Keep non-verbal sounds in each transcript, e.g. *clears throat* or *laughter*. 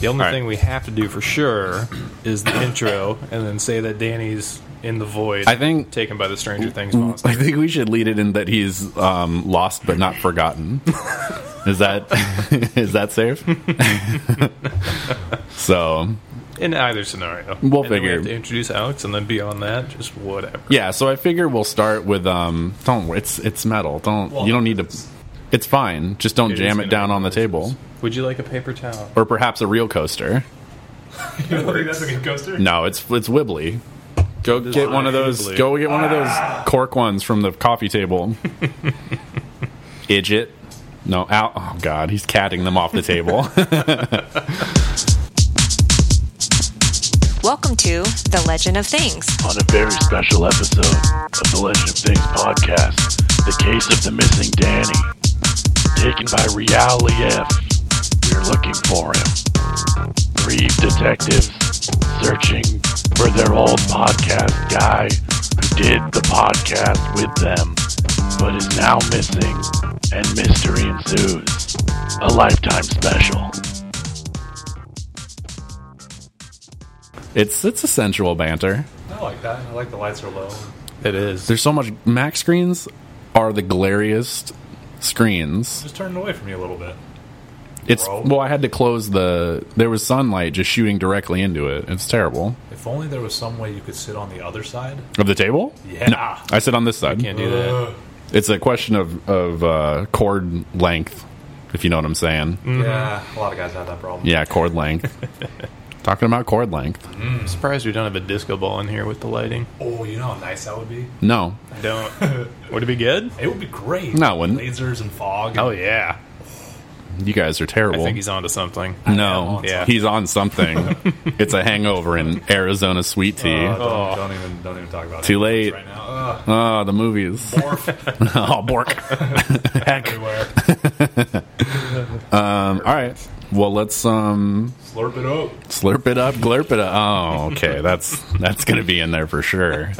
The only All right. thing we have to do for sure is the intro, and then say that Danny's in the void. I think- taken by the Stranger Things I monster. think we should lead it in that he's um, lost but *laughs* not forgotten. is that *laughs* is that safe? so In either scenario, We'll And then figure. We have to introduce Alex, and then beyond that, just whatever. yeah, so I figure we'll start with um. Don't it's it's metal. Don't you don't need to. It's fine. Just don't It is jam it gonna down be on the table, Would you like a paper towel? or perhaps a real coaster. You don't think that's a good coaster? No, it's it's wibbly. Go get one of those. wibbly. Ah. Go get one of those cork ones from the *laughs* coffee table. Idget. No, ow, oh god, he's catting them off *laughs* the table. Welcome to The Legend of Things. on a very special episode of the Legend of Things podcast, The Case of the Missing Danny. Taken by Reality F. We're looking for him. Three detectives searching for their old podcast guy who did the podcast with them, but is now missing, and mystery ensues. A lifetime special. it's it's a sensual banter. I like that. I like the lights are low. It is. There's so much Mac screens are the glariest screens. Just turning away from you a little bit. It's Bro. well, I had to close the there was sunlight just shooting directly into it. It's terrible. If only there was some way you could sit on the other side. Of the table? Yeah. I sit on this *laughs* side. Can't do that. It's a question of of uh, cord length, if you know what I'm Mm. saying. Mm-hmm. Yeah, a lot of guys have that problem. Yeah, *laughs* chord length. Talking about chord length. I'm surprised we don't have a disco ball in here with the lighting. Oh, you know how nice that would be? No, Don't. Would it be good? It would be great. No, it wouldn't. Lasers and fog. Oh yeah. you guys are I terrible. think he's onto *laughs* something. no, on yeah. something. he's *laughs* on something. it's a hangover in Arizona sweet tea. Uh, Oh, don't, don't even don't even talk about Too it late. Ah, right now. Ugh, the movies. morph *laughs* oh, bork. Heck. Uh, everywhere. Um, all right. Well, let's um, Slurp it up. slurp it up, glurp it up. Oh, okay. That's that's gonna be in there for sure.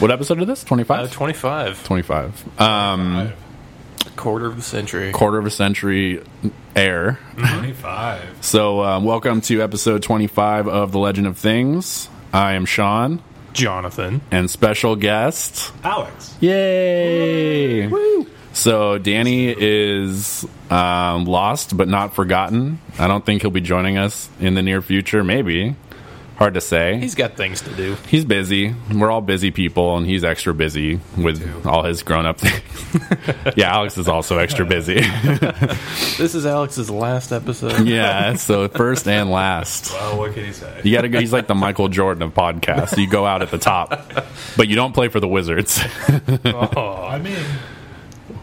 What episode of this? Twenty Uh, five. 25, Twenty five. Um, Mm. quarter of the century. quarter of a century air. Twenty-five. So, uh, welcome to episode 25 of The Legend of Things. I am Sean, Jonathan. and special guest. Alex. Yay! Woo! So, Danny is um, lost but not forgotten. I don't think he'll be joining us in the near future. Maybe. Hard to say. He's, He's got things to do. busy. We're all busy people, and he's extra busy with all his grown up things. *laughs* yeah, Alex is also extra busy. *laughs* This is Alex's last episode. yeah, so first and last. Oh, what can he say? You gotta go. He's like the Michael Jordan of podcasts. You go out at the top, but you don't play for the Wizards I mean,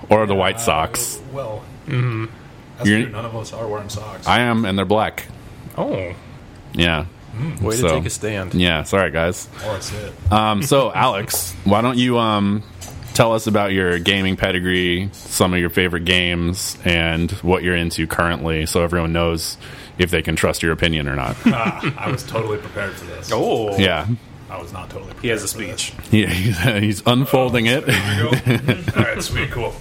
or the White Sox. uh, well, Mm-hmm. that's You're- true. None of us are wearing socks. I am, and they're black. Oh, Yeah, way So- to take a stand. yeah. Sorry, guys. or it's it. Uh. Um, *laughs* so Alex, why don't you um tell us about your gaming pedigree, some of your favorite games, and what you're into currently, so everyone knows if they can trust your opinion or *laughs* not. Ah, I was totally prepared for this. Oh, yeah. I was not totally. prepared He has a for this. speech. He, *laughs* he's unfolding it. Oh, All right, sweet, cool.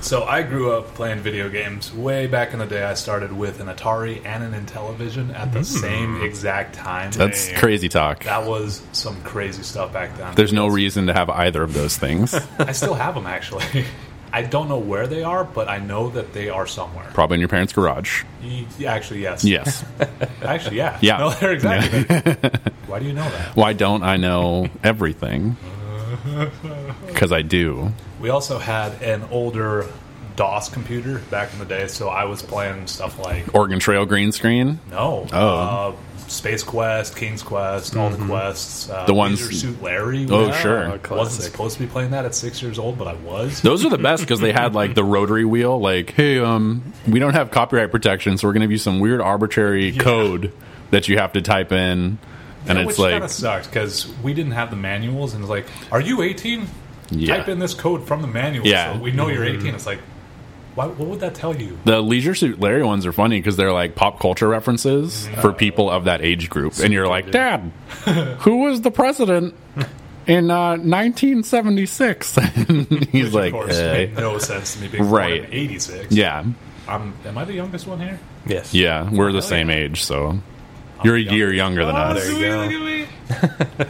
So I grew up playing video games. Way back in the day, I started with an Atari and an Intellivision at the same exact time. Hmm. That's crazy talk. That was some crazy stuff back then. There's no reason to have either of those *laughs* things. I still have them actually. *laughs* I don't know where they are, but I know that they are somewhere. Probably in your parents' garage. Y- Actually, yes. Yes. Actually, yeah. Yeah. *laughs* No, they're exactly. *laughs* there. Why do you know that? Why don't I know *laughs* everything? Because I do. We also had an older DOS computer back in the day, so I was playing stuff like Oregon Trail green screen. Oh. No. Mm-hmm. Uh, Space Quest, King's Quest, all the quests. Uh, The ones- Leisure Suit Larry. Oh, was- sure. I wasn't supposed to be playing that at six years old, but I was. Those are the best because they had like the rotary wheel. Like, hey, um, we don't have copyright protection, so we're going to give you some weird arbitrary code that you have to type in, and Which it's kind like, of sucked because we didn't have the manuals, and it's like, "Are you 18? Yeah. Type in this code from the manual, Yeah. Mm-hmm. so we know you're 18." It's like, why, what would that tell you? the Leisure Suit Larry ones are funny because they're like pop culture references for people of that age group, and you're like, Dad, who was the president in uh, 1976? He's like, *laughs* of course, "Eh." made no sense to me. Being Right. right, 86. yeah. I'm, am I the youngest one here? Yes. Yeah, we're the same age, so you're a year younger than Oh, us. sweet, go. look at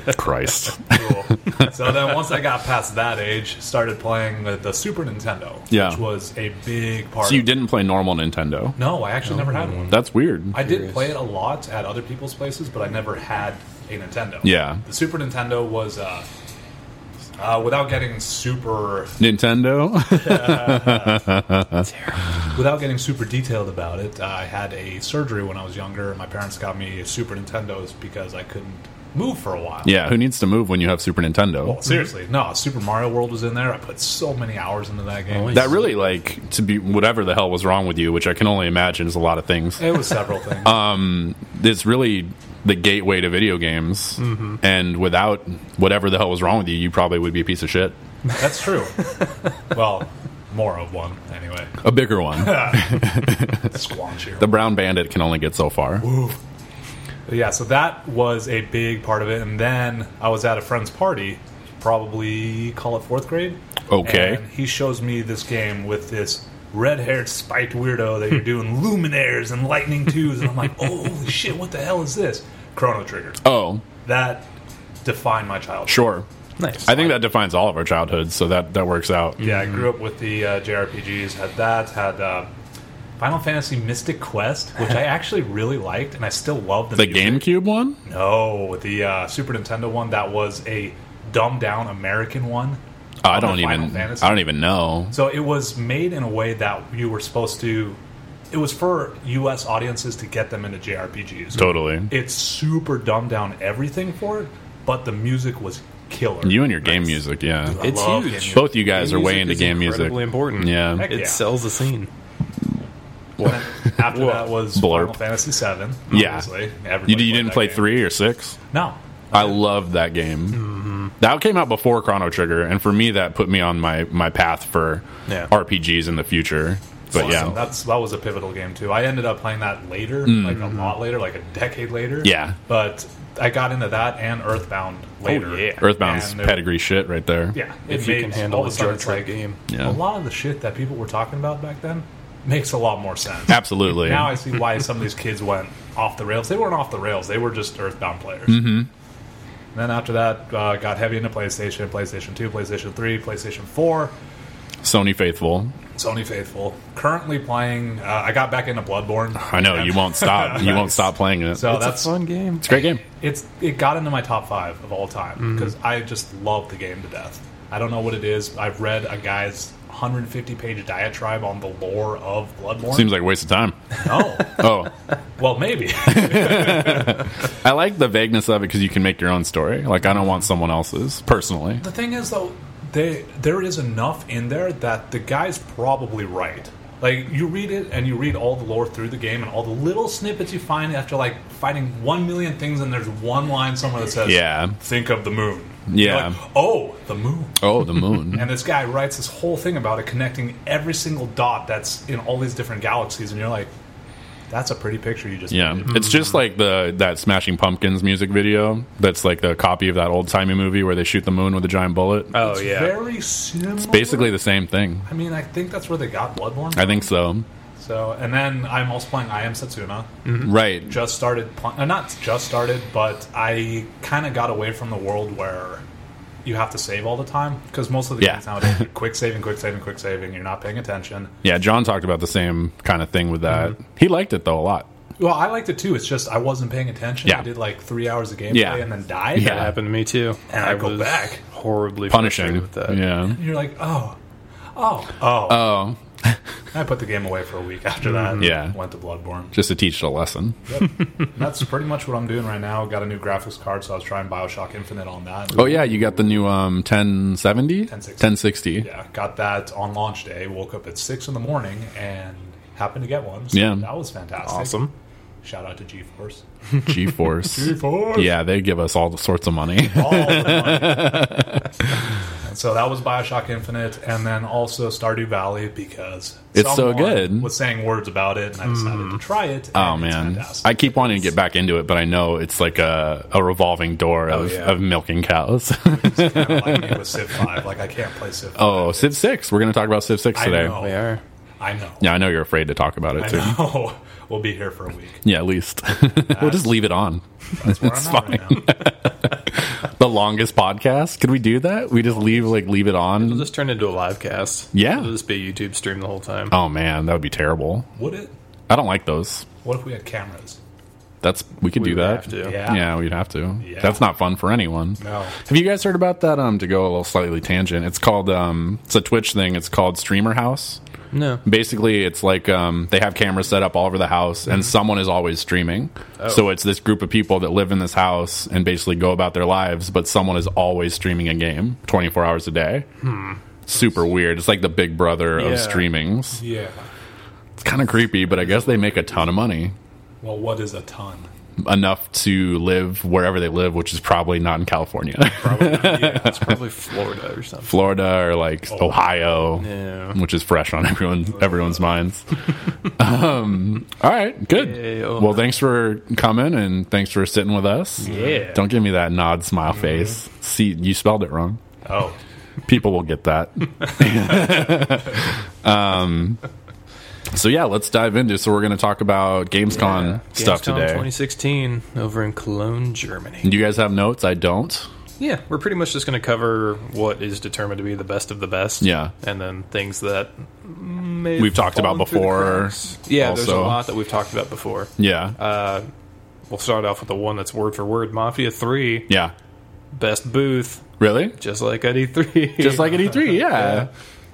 me. Christ. Cool. so then once I got past that age, started playing the, the Super Nintendo, Yeah. which was a big part. *laughs* So you of- didn't play normal Nintendo. No, I actually never had one. That's weird. I did play it a lot at other people's places, but I never had a Nintendo. Yeah. the Super Nintendo was. Uh, uh, without getting super, Nintendo? *laughs* without getting super detailed about it, uh, I had a surgery when I was younger. My parents got me Super Nintendos because I couldn't move for a while. yeah, who needs to move when you have Super Nintendo? Well, seriously, no. Super Mario World was in there. I put so many hours into that game. That really, like, to be whatever the hell was wrong with you, which I can only imagine is a lot of things. It was *laughs* several things. It's really the gateway to video games. Mm-hmm. And without whatever the hell was wrong with you, you probably would be a piece of shit. That's true. *laughs* well, more of one anyway. A bigger one. *laughs* Squanch here. the Brown Bandit can only get so far. But yeah, so that was a big part of it. And then I was at a friend's party, probably call it fourth grade. Okay. And he shows me this game with this red haired spiked *laughs* weirdo that you're doing luminaires and lightning twos. And I'm like, holy shit, what the hell is this? Chrono Trigger. Oh, That defined my childhood. sure. Nice. I think that defines all of our childhoods, so that, that works out. Yeah, I Mm-hmm. grew up with the uh, JRPGs. Had that. Had uh, Final Fantasy Mystic Quest, which I actually really liked, and I still love the, The music. GameCube one? No, the uh, Super Nintendo one. That was a dumbed down American one. I the don't Final even. Fantasy. I don't even know. So it was made in a way that you were supposed to. It was for U.S. audiences to get them into JRPGs. Totally. It's super dumbed down everything for it, but the music was killer. You and your game music, yeah. I It's huge. love game music. Both you guys are way into is game music. incredibly important. Yeah. Heck It yeah. sells the scene. After that was Blurp. Final Fantasy Seven. Yeah. obviously. You, Everybody you played didn't that play game. three or six? No, I loved that game. Mm-hmm. That came out before Chrono Trigger, and for me, that put me on my, my path for Yeah. RPGs in the future. But Awesome. yeah, that's that was a pivotal game too. I ended up playing that later, like a lot later, like a decade later. Mm. Yeah. Oh, but I got into that and Earthbound later. yeah. Earthbound's And it- pedigree shit right there. Yeah, If it you can made- handle all of a sudden Jar it's Jar like, game. Yeah. A lot of the shit that people were talking about back then makes a lot more sense. Absolutely. Now I see why some of these kids went off the rails. They weren't off the rails. They were just Earthbound players. Mm-hmm. Then after that, uh, got heavy into PlayStation, PlayStation Two, PlayStation Three, PlayStation Four. Sony Faithful. Sony faithful. Currently playing. Uh, I got back into Bloodborne. I know, you won't stop. *laughs* You won't stop playing it. So it's that's a fun game. it's a great game. it's it got into my top five of all time because I just love the game to death. I don't know what it is. I've read a guy's 150 page diatribe on the lore of Bloodborne. Seems like a waste of *laughs* time. no, Oh, well maybe. I like the vagueness of it because you can make your own story. Like, I don't want someone else's, personally. the thing is though, they there is enough in there that the guy's probably right. Like you read it and you read all the lore through the game and all the little snippets you find after like finding one million things and there's one line somewhere that says, Yeah. think of the moon." Yeah. You're like, oh, the moon. Oh, the moon. And this guy writes this whole thing about it, connecting every single dot that's in all these different galaxies, and you're like, "That's a pretty picture you just Yeah, Mm-hmm. painted." it's just like the that Smashing Pumpkins music video. That's like the copy of that old timey movie where they shoot the moon with a giant bullet. Oh yeah. very similar. It's Basically the same thing. I mean, I think that's where they got Bloodborne. I think so. so, and then I'm also playing I Am Setsuna. Mm-hmm. Right. Just started, pl- uh, not just started, but I kind of got away from the world where you have to save all the time because most of the Yeah. games *laughs* nowadays, are quick saving, quick saving, quick saving. You're not paying attention. Yeah, John talked about the same kind of thing with that. Mm-hmm. He liked it though a lot. Well, I liked it too. It's just I wasn't paying attention. Yeah. I did like three hours of gameplay Yeah. and then died. Yeah. That happened to me too. And I go back. Horribly Punishing. frustrated with that. Yeah. And you're like, oh, oh, oh. Oh, I put the game away for a week after that. *laughs* Yeah. Went to Bloodborne. just to teach it a lesson. And that's pretty much what I'm doing right now. Got a new graphics card, so I was trying Bioshock Infinite on that. Oh yeah, you got the new um 1070, 1060. 1060. Yeah. Got that on launch day. Woke up at six in the morning and happened to get one. So Yeah. That was fantastic. Awesome. Shout out to GeForce. *laughs* GeForce. GeForce. yeah, they give us all sorts of money. *laughs* all the money. so that was Bioshock Infinite, and then also Stardew Valley because It's so someone good. Was saying words about it, and I decided to try it. Oh and it's man, fantastic. I keep wanting to get back into it, but I know it's like a, a revolving door of, Oh, yeah. of milking cows. *laughs* Kinda like me with Civ Five, like I can't play Civ. 5. oh, Civ Oh, Six. We're going to talk about Civ Six I today. know. They are. I know. Yeah, I know you're afraid to talk about it I too. know. *laughs* We'll be here for a week. Yeah, at least *laughs* we'll just leave it on. That's where *laughs* It's I'm at right now. The longest podcast? Could we do that? We just leave like leave it It'll on? just turn into a live cast. Yeah. It'll just be a YouTube stream the whole time. Oh man, that would be terrible. Would it? I don't like those. What if we had cameras? That's we could We do would that. have to. Yeah. Yeah, we'd have to. Yeah. That's not fun for anyone. No. Have you guys heard about that? Um, to go a little slightly tangent, it's called um, it's a Twitch thing. It's called Streamer House. No. Basically, it's like um, they have cameras set up all over the house, Mm-hmm. and someone is always streaming. Oh. So it's this group of people that live in this house and basically go about their lives, but someone is always streaming a game twenty four hours a day. Super weird. It's like the Big Brother Hmm. Yeah. of streamings. Yeah. It's kind of creepy, but I guess they make a ton of money. Well, what is a ton? Enough to live wherever they live, which is probably not in California. *laughs* It's probably Florida or something. Florida or like Ohio, Oh. Yeah. which is fresh on *laughs* everyone everyone's *laughs* minds. um, all right, good. Yay, oh. well, thanks for coming and thanks for sitting with us. Yeah. Don't give me that nod smile face. See, you spelled it wrong. Oh. People will *laughs* get that. um, so yeah, let's dive into. So we're going to talk about GamesCon stuff Gamescom today. 2016 over in Cologne, Germany. Do you guys have notes? I don't. Yeah, we're pretty much just going to cover what is determined to be the best of the best. Yeah. and then things that may We've talked fallen about through the before, cracks. yeah, there's a also. lot that we've talked about before. Yeah, Uh, We'll start off with the one that's word for word Mafia Three yeah. best booth, Really? just like at E3. Just like at E3, yeah.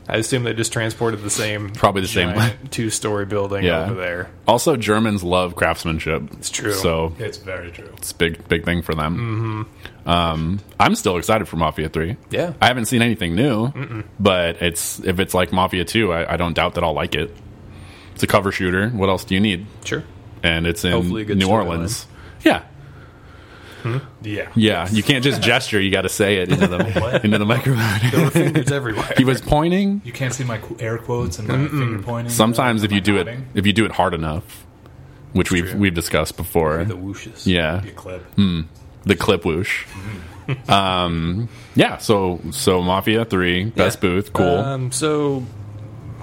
I assume they just transported the same Probably the same. two story building Yeah. over there. Also, Germans love craftsmanship. It's true. So *laughs* It's very true. it's a big, big thing for them. Mm-hmm. Um, I'm still excited for Mafia Three. Yeah. I haven't seen anything new, but it's if it's like Mafia Two, I, I don't doubt that I'll like it. It's a cover shooter. What else do you need? Sure. And it's in Hopefully a good New storyline. Orleans. Yeah, Yeah. yeah. You can't just gesture. You got to say it into the into *laughs* the microphone. Fingers everywhere. he was pointing. You can't see my qu- air quotes and my finger pointing. Sometimes, uh, if you my do it, nodding. if you do it hard enough, which we've we've discussed before, the whooshes. yeah, Be a clip. Mm. the clip whoosh. um, yeah, so so Mafia Three, best booth, cool, Um, so,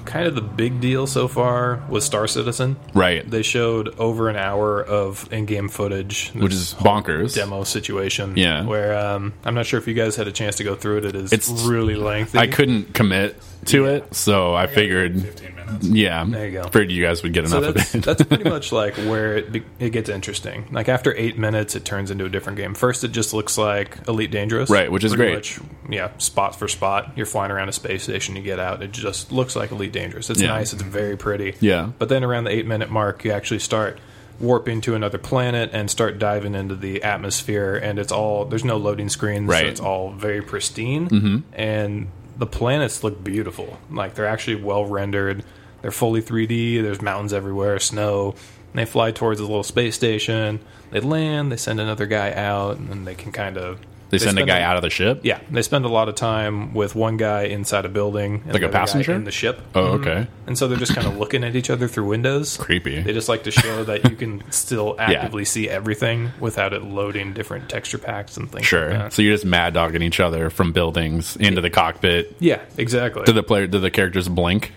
kind of the big deal so far was Star Citizen. right? They showed over an hour of in-game footage, Which is bonkers. demo situation. Yeah. where um, I'm not sure if you guys had a chance to go through it. It is It's- it's really lengthy. I couldn't commit to it, so I figured, 15 minutes. yeah, There you go. figured you guys would get so enough that's of it. *laughs* that's pretty much like where it be, it gets interesting. Like after eight minutes, it turns into a different game. First, it just looks like Elite Dangerous, Right, which is Pretty Much, great. yeah, spot for spot, you're flying around a space station. You get out, it just looks like Elite Dangerous. It's Yeah. nice. It's very pretty. Yeah. But then around the eight minute mark, you actually start warping to another planet and start diving into the atmosphere. And it's all there's no loading screens, Right. Mm-hmm. So it's all very pristine and the planets look beautiful. Like they're actually well rendered. They're fully 3D. There's mountains everywhere, snow. And they fly towards this little space station. They land. They send another guy out, and then they can kind of they send a spend guy out of the ship. Yeah, they spend a lot of time with one guy inside a building, and Like a the other guy passenger? in the ship. Oh, okay. And so they're just kind of looking at each other through windows. Creepy. They just like to show that you *laughs* can still actively see everything without it loading different texture packs and things. Sure. Like that. So you're just mad dogging each other from buildings into the cockpit. Yeah, exactly. Do the player? Do the characters blink?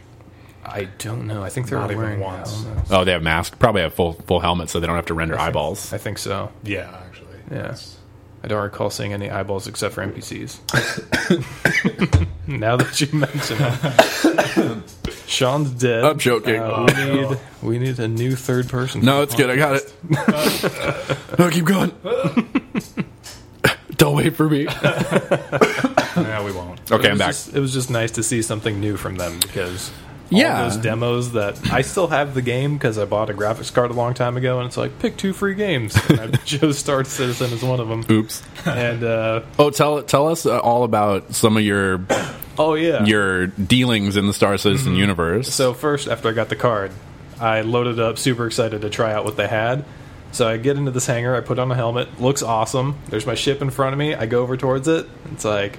I don't know. I think they're Not all even wearing once. helmets. Oh, they have masks. Probably have full full helmets, so they don't have to render eyeballs. I think so. Yeah, actually. Yeah. I don't recall seeing any eyeballs except for *laughs* NPCs. now that you mention it, *laughs* Sean's dead. I'm joking. Uh, we need we need a new third person. No, it's good. I got *laughs* it. no, keep going. Don't wait for me. Okay, No, we won't. It I'm was back. just- it was just nice to see something new from them because all Yeah. those demos that I still have the game because I bought a graphics card a long time ago, and it's like pick two free games. And *laughs* I chose Star Citizen as one of them. Oops. And uh, Oh, tell tell us uh, all about some of your oh yeah, your dealings in the Star Citizen universe. Mm-hmm. So first, after I got the card, I loaded up, super excited to try out what they had. So I get into this hangar, I put on a helmet, looks awesome. There's my ship in front of me. I go over towards it. It's like,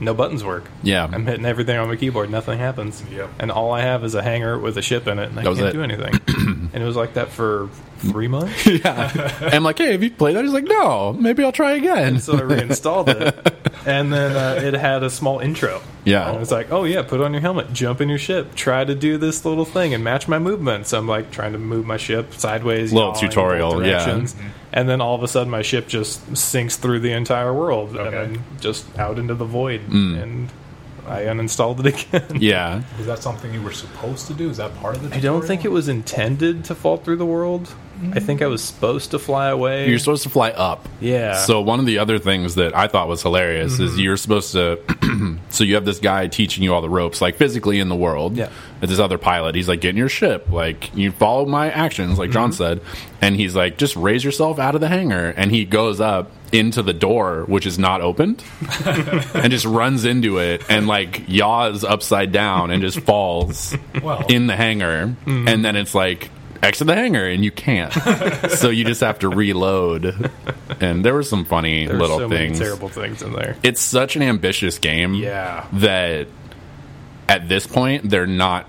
no buttons work. Yeah. I'm hitting everything on my keyboard, nothing happens. Yep. And all I have is a hanger with a ship in it, and I That was can't it. do anything. *clears throat* and it was like that for three months. yeah. I'm like, hey, have you played that? He's like, no, maybe I'll try again. so I reinstalled it, and then uh, it had a small intro. Yeah. and it's like, oh yeah, put on your helmet, jump in your ship, try to do this little thing, and match my movements. I'm like trying to move my ship sideways, Little yawing in both tutorial, yeah. directions. And then all of a sudden, my ship just sinks through the entire world, Okay. and then just out into the void. Mm. And I uninstalled it *laughs* again. *laughs* yeah. Was that something you were supposed to do? Is that part of the? I don't think it was intended to fall through the world. I think I was supposed to fly away. You're supposed to fly up. Yeah. Mm-hmm. So one of the other things that I thought was hilarious is you're supposed to. *clears throat* so you have this guy teaching you all the ropes, like physically in the world. Yeah. And This other pilot, he's like, "Get in your ship. Like you follow my actions," like Mm-hmm. John said, and he's like, "Just raise yourself out of the hangar," and he goes up into the door which is not opened *laughs* and just runs into it and like yaws upside down and *laughs* just falls Well. in the hangar Mm-hmm. and then it's like exit the hangar and *laughs* you can't so you just have to reload and there were some funny There's little so things many terrible things in there. it's such an ambitious game Yeah. that at this point they're not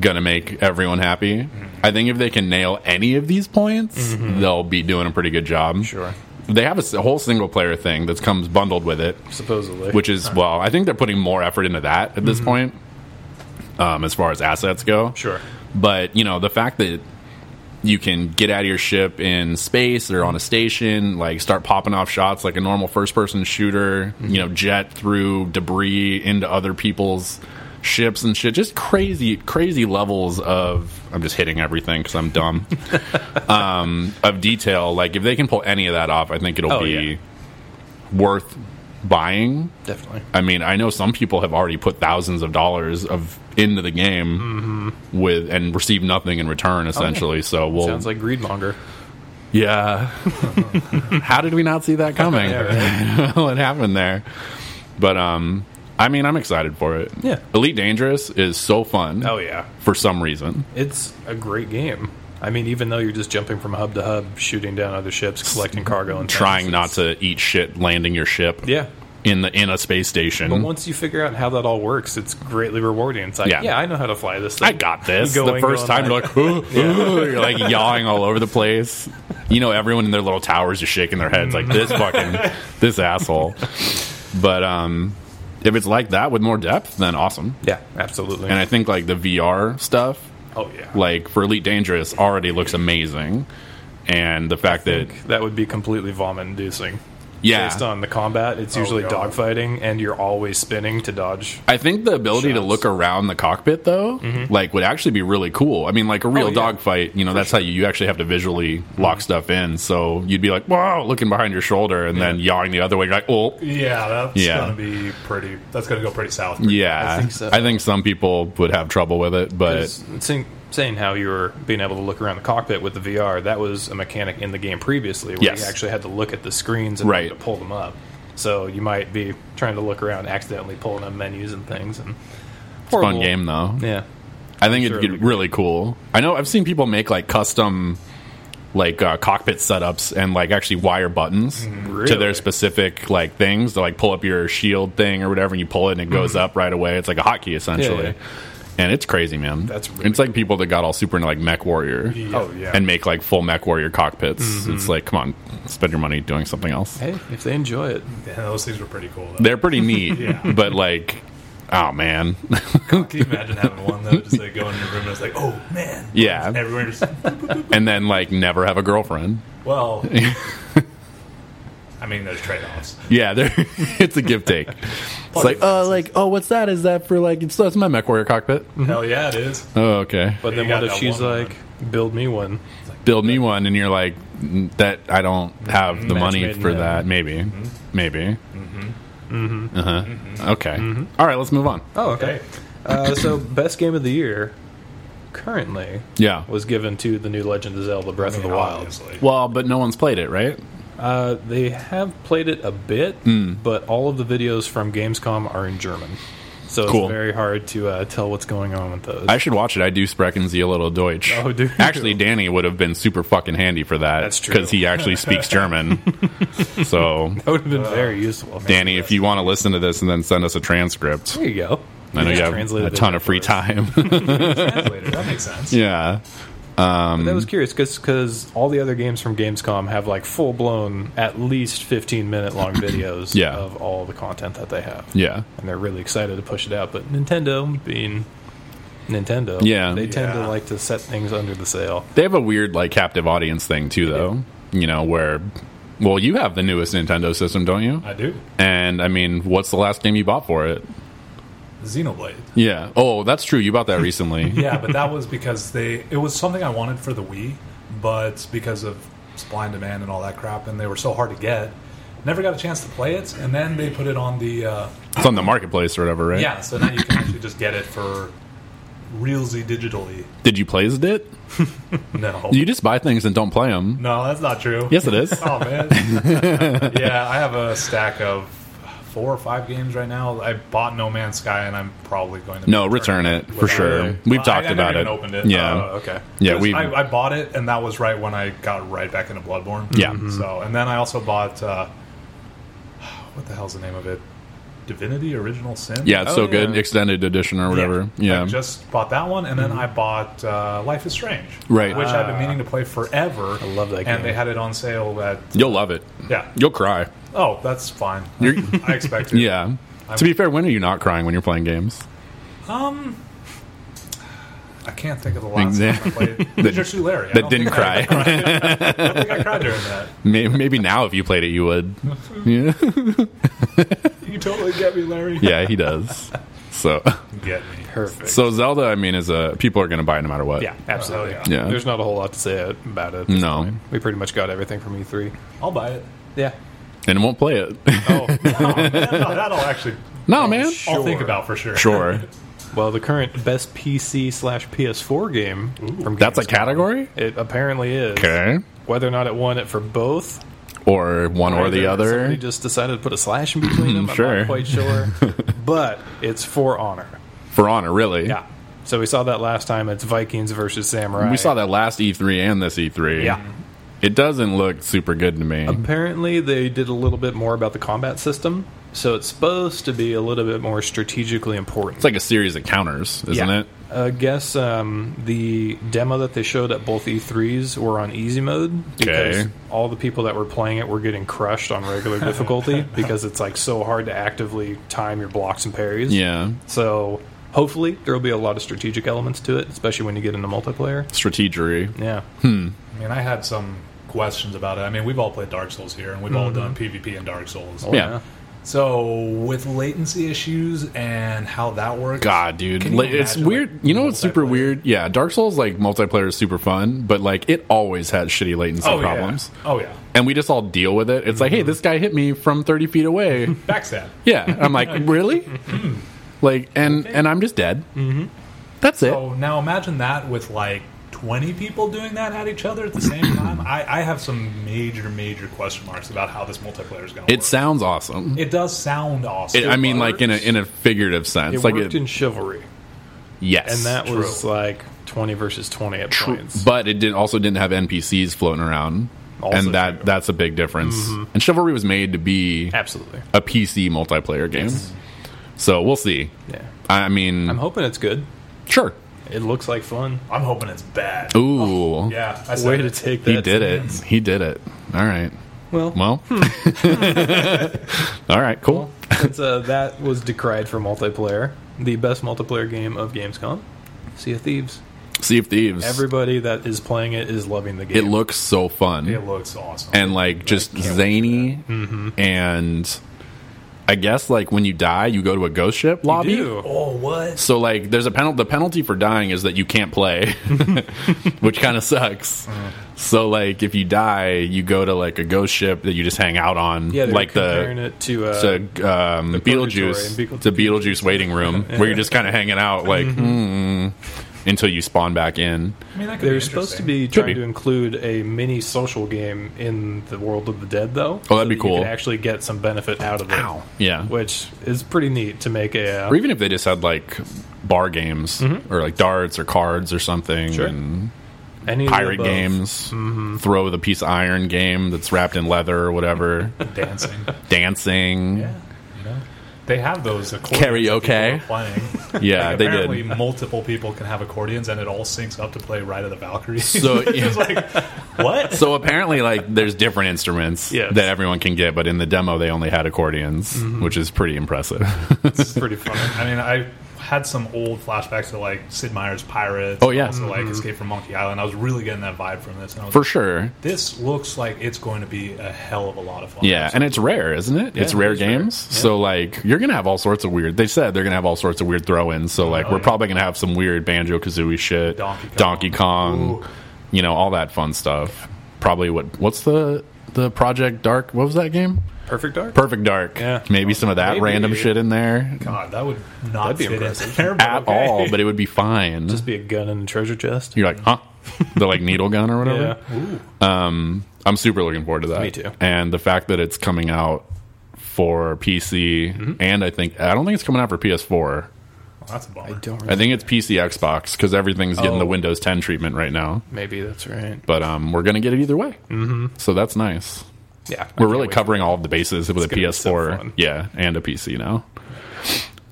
gonna make everyone happy Mm-hmm. i think if they can nail any of these points they'll be doing a pretty good job Sure. they have a s- a whole single player thing that comes bundled with it Supposedly, which is well i think they're putting more effort into that at this point um, as far as assets go Mm-hmm. sure. but you know the fact that you can get out of your ship in space or on a station like start popping off shots like a normal first person shooter you know jet through debris into other people's ships and shit just crazy crazy levels of i'm just hitting everything because *laughs* i'm dumb um, of detail like if they can pull any of that off i think it'll Oh, be yeah. worth buying Definitely. I mean, I know some people have already put thousands of dollars of into the game with and received nothing in return, essentially. So we'll, Sounds like greedmonger. yeah. *laughs* How did we not see that coming? *laughs* what happened there? But um, I mean, I'm excited for it. Yeah. Elite Dangerous is so fun. Oh yeah, for some reason, it's a great game. I mean, even though you're just jumping from hub to hub, shooting down other ships, collecting cargo, and things, trying not it's- to eat shit landing your ship. Yeah, In the in a space station, but once you figure out how that all works, it's greatly rewarding. It's like, Hmm? Yeah. yeah, I know how to fly this. Thing. I got this. Going, the first going time, you're like, "Ooh, *laughs* ooh," you're *laughs* like yawing all over the place. You know, everyone in their little towers is shaking their heads like this fucking this asshole. But um, if it's like that with more depth, then awesome. Yeah, absolutely. And I think like the VR stuff, oh yeah, like for Elite Dangerous, already looks amazing. And the fact that that would be completely vomit inducing. yeah, Oh, Based on the combat, it's usually God. dogfighting, and you're always spinning to dodge. I think the ability to look around the cockpit though, like would actually be really cool. I mean, like a real Mm-hmm. Oh, yeah. Mm-hmm. dogfight, you know, that's how you, you actually have to visually lock stuff in. So you'd be like, "Wow," looking behind your shoulder, and then yawing the other way, you're like, "Oh, Yeah, that's Yeah. gonna be pretty. That's gonna go pretty south. yeah." think so. some people would have trouble with it, but It's saying, saying how you were being able to look around the cockpit with the VR, that was a mechanic in the game previously where Yes. you actually had to look at the screens and Right. to pull them up. So you might be trying to look around, accidentally pulling up menus and things. And fun horrible. game though. Yeah. I think sure it'd it'd get be really cool. I know I've seen people make like custom, like uh, cockpit setups and like actually wire buttons Mm-hmm. to their really? specific like things to like pull up your shield thing or whatever, and you pull it and it goes up right away. It's like a hotkey essentially, Mm-hmm. yeah. and it's crazy, man. That's really it's like people that got all super into like Mech Warrior. Oh yeah. And make like full Mech Warrior cockpits. It's like, come on, spend your money doing something else. Mm-hmm. Hey, if they enjoy it, Yeah, those things were pretty cool. Though. They're *laughs* pretty neat, but like, oh man, *laughs* Can you imagine having one though? Just like go in your room and it's like, oh man, yeah. everywhere. Just and then like never have a girlfriend. *laughs* well, I mean, there's trade-offs. Yeah, there- *laughs* it's a give take. It's like, oh, like, oh, what's that? Is that for like? It's, that's my mech warrior cockpit. Mm-hmm. Hell yeah, it is. Oh, okay. but You then got what if that she's one, uh, like, build me one? Build me one, and you're like, "Mm, that I don't have the Match money made in for heaven. that. Maybe, maybe. Mm-hmm. Mm-hmm. Uh huh. Okay. All right. Let's move on. Oh, Okay. uh, so, best game of the year currently Yeah. was given to the new Legend of Zelda Breath of the Wild. Obviously. Well, but no one's played it, right? Uh, Hmm. they have played it a bit, but all of the videos from Gamescom are in German. So Cool. it's very hard to uh, tell what's going on with those. I should watch it. I do sprechen Sie a little Deutsch. Oh, do you? Actually, Danny would have been super fucking handy for that. That's true. Because he *laughs* actually speaks German. so, that would have been very useful. man. Danny, if you want to listen to this and then send us a transcript, There you go. I know you Just have translated a it ton of free for us. time. *laughs* Translator, that makes sense. yeah. That was curious because all the other games from Gamescom have like full blown, at least 15 minute *clears throat* long videos Yeah. of all the content that they have. Yeah. And they're really excited to push it out. But Nintendo, being Nintendo, Yeah. they tend Yeah. to like to set things under the sale. They have a weird, like, captive audience thing, too, though. You know, where, well, you have the newest Nintendo system, don't you? I do. And, I mean, what's the last game you bought for it? Xenoblade. Yeah. Oh, that's true. You bought *laughs* that recently. Yeah, but that was because they. It was something I wanted for the Wii, but because of supply and demand and all that crap, and they were so hard to get, never got a chance to play it. And then they put it on the. Uh, It's on the marketplace or whatever, right? yeah, so now you can actually just get it for realsy digitally. Did you play it? No, You just buy things and don't play them. no, that's not true. Yes, it is. *laughs* *laughs* Oh man. yeah, I have a stack of four or five games right now. I bought No Man's Sky, and I'm probably going to No, return it for Without- sure. Really? We've Well, talked I, I about never it. even Opened it. Yeah, Oh, okay. Yeah, It was- we- I, I bought it, and that was right when I got right back into Bloodborne. Yeah. Mhm. So, and then I also bought uh, *sighs* what the hell's the name of it? Divinity Original Sin. yeah, it's Oh, so good, yeah. extended edition or whatever. Yeah, Mm-hmm. I just bought that one, and then I bought uh, Life is Strange, Right. Which I've been meaning to play forever. I Ah. love that game. And they had it on sale at you'll love it. yeah. You'll cry. Oh, that's fine. You're- *laughs* I expected. *laughs* it. yeah. to be fair, when are you not crying when you're playing games? I can't think of the last Exact- time I played. Ninja Sue Larry. I *laughs* that don't didn't think I- cry. I don't think I cried *laughs* during that. May- Maybe now, if you played it, you *laughs* would. Yeah, You totally get me, Larry. yeah he does. So, Get me. Perfect. so Zelda, I mean, is a people are going to buy it no matter what. yeah, absolutely. Oh, yeah. Yeah. There's not a whole lot to say about it. at this No, point. We pretty much got everything from E E3. I'll buy it. Yeah. and it won't play it. Oh, no, man, no, that'll actually. no, man. I'll think about for sure. Sure. Well, the current best PC slash PS4 game from That's a Gamescom. category. It apparently is. Okay. Whether or not it won it for both, Or one or Somebody the other. just decided to put a slash in *clears throat* between them. I'm Sure. not quite *laughs* sure, but it's for honor. For honor, really. Yeah. So we saw that last time. It's Vikings versus Samurai. We saw that last E3 and this E3. Yeah. Um, It doesn't look super good to me. Apparently, they did a little bit more about the combat system, so it's supposed to be a little bit more strategically important. It's like a series of counters, isn't it? I Uh, guess um, the demo that they showed at both E3s were on easy mode because Okay. all the people that were playing it were getting crushed on regular *laughs* difficulty because it's like so hard to actively time your blocks and parries. Yeah. So hopefully there will be a lot of strategic elements to it, especially when you get into multiplayer. Strategery. Yeah. Hmm, I mean, I had some questions about it. I mean, we've all played Dark Souls here, and we've all done PvP in Dark Souls. Oh, yeah. So with latency issues and how that works, God, dude. Can you Like, it's imagine, weird. like, you know what's super multiplayer? weird? Yeah, Dark Souls, like, multiplayer is super fun, but, like, it always had shitty latency oh, problems. Yeah. Oh yeah, And we just all deal with it. It's like, Mm-hmm. hey, this guy hit me from 30 *laughs* feet away. backstab. yeah. And I'm like, really? Hmm. like, and, and I'm just dead. Mm-hmm. That's it. So now imagine that with like. 20 people doing that at each other at the same time. I, I have some major, major question marks about how this multiplayer is going to work. It sounds awesome. it does sound awesome. It- I mean, like in a in a figurative sense, It like worked it, in Chivalry, yes, and that was like 20 versus 20 at points. but it didn't also didn't have NPCs floating around, Also and that true. Mm-hmm. that's a big difference. And Chivalry was made to be Absolutely. a PC multiplayer game, so we'll see. Yeah. I mean, I'm hoping it's good. sure. It looks like fun. I'm hoping it's bad. Ooh, Oh, Yeah, I said Way it. to take that. he did it. He did it. All right. Well, hmm. Well, *laughs* all right. Cool. since uh, that was decried for multiplayer, the best multiplayer game of Gamescom, Sea of Thieves. Sea of Thieves. Everybody that is playing it is loving the game. it looks so fun. It looks awesome. and like just zany Mm-hmm. and i guess like when you die you go to a ghost ship lobby Ew. oh, what? so like there's a penalty the penalty for dying is that you can't *laughs* play *laughs* which kind of sucks Uh-huh. so like if you die you go to like a ghost ship that you just hang out on Yeah, they like were comparing the it to uh, to um, purgatory Beetlejuice, in Beetlejuice. Mm-hmm. the Beetlejuice waiting room, where you're just kind of hanging out, like, mm until you spawn back in. I mean, that could They be were supposed to interesting. be Could trying be. to include a mini social game in the world of the dead, though. Oh, that'd be that cool. You could actually get some benefit out of it. Yeah. Which is pretty neat to make a. uh, Or even if they just had like bar games Mm-hmm. or like darts or cards or something Sure. and any of the pirate above. games, Mm-hmm. throw the piece of iron game that's wrapped in leather or *laughs* whatever, *laughs* dancing. dancing. yeah, you know, they have those accordions Karaoke. that people are playing. *laughs* Yeah, Like, they apparently did. multiple people can have accordions, and it all syncs up to play "Ride of the Valkyries." So, it's yeah. just like, *laughs* what? So apparently, like, there's different instruments Yes. that everyone can get, but in the demo, they only had accordions, Mm-hmm. which is pretty impressive. *laughs* It's pretty fun. I mean, I had some old flashbacks to like Sid Meier's Pirates. Oh, yeah. also Mm-hmm. like Escape from Monkey Island. I was really getting that vibe from this. And I was For like, sure. this looks like it's going to be a hell of a lot of fun. Yeah, and it's rare, isn't it? it's rare it is games. So like you're gonna have all sorts of weird. They said they're gonna have all sorts of weird throw-ins. So like we're yeah. probably gonna have some weird banjo kazooie shit, Donkey Kong. Donkey Kong, Ooh. you know, all that fun stuff. Probably what? What's the the Project Dark? What was that game? Perfect Dark? Perfect Dark. Yeah. Maybe some of that Maybe. random shit in there God, that would That'd not be fit in impressive. there but at okay. all, but it would be fine. Just be a gun in a treasure chest. you're like, huh? the like needle gun or whatever. Yeah. I'm super looking forward to that. Me too. And the fact that it's coming out for PC Mm-hmm. and I think I don't think it's coming out for PS4. Well, that's a bummer. Don't I really, think it's PC Xbox because everything's getting the Oh. Windows 10 treatment right now. maybe that's right. But um, we're gonna get it either way. Mm-hmm. So that's nice. Yeah. We're really covering all of the bases with a gonna be so PS4, fun. yeah, and a PC now.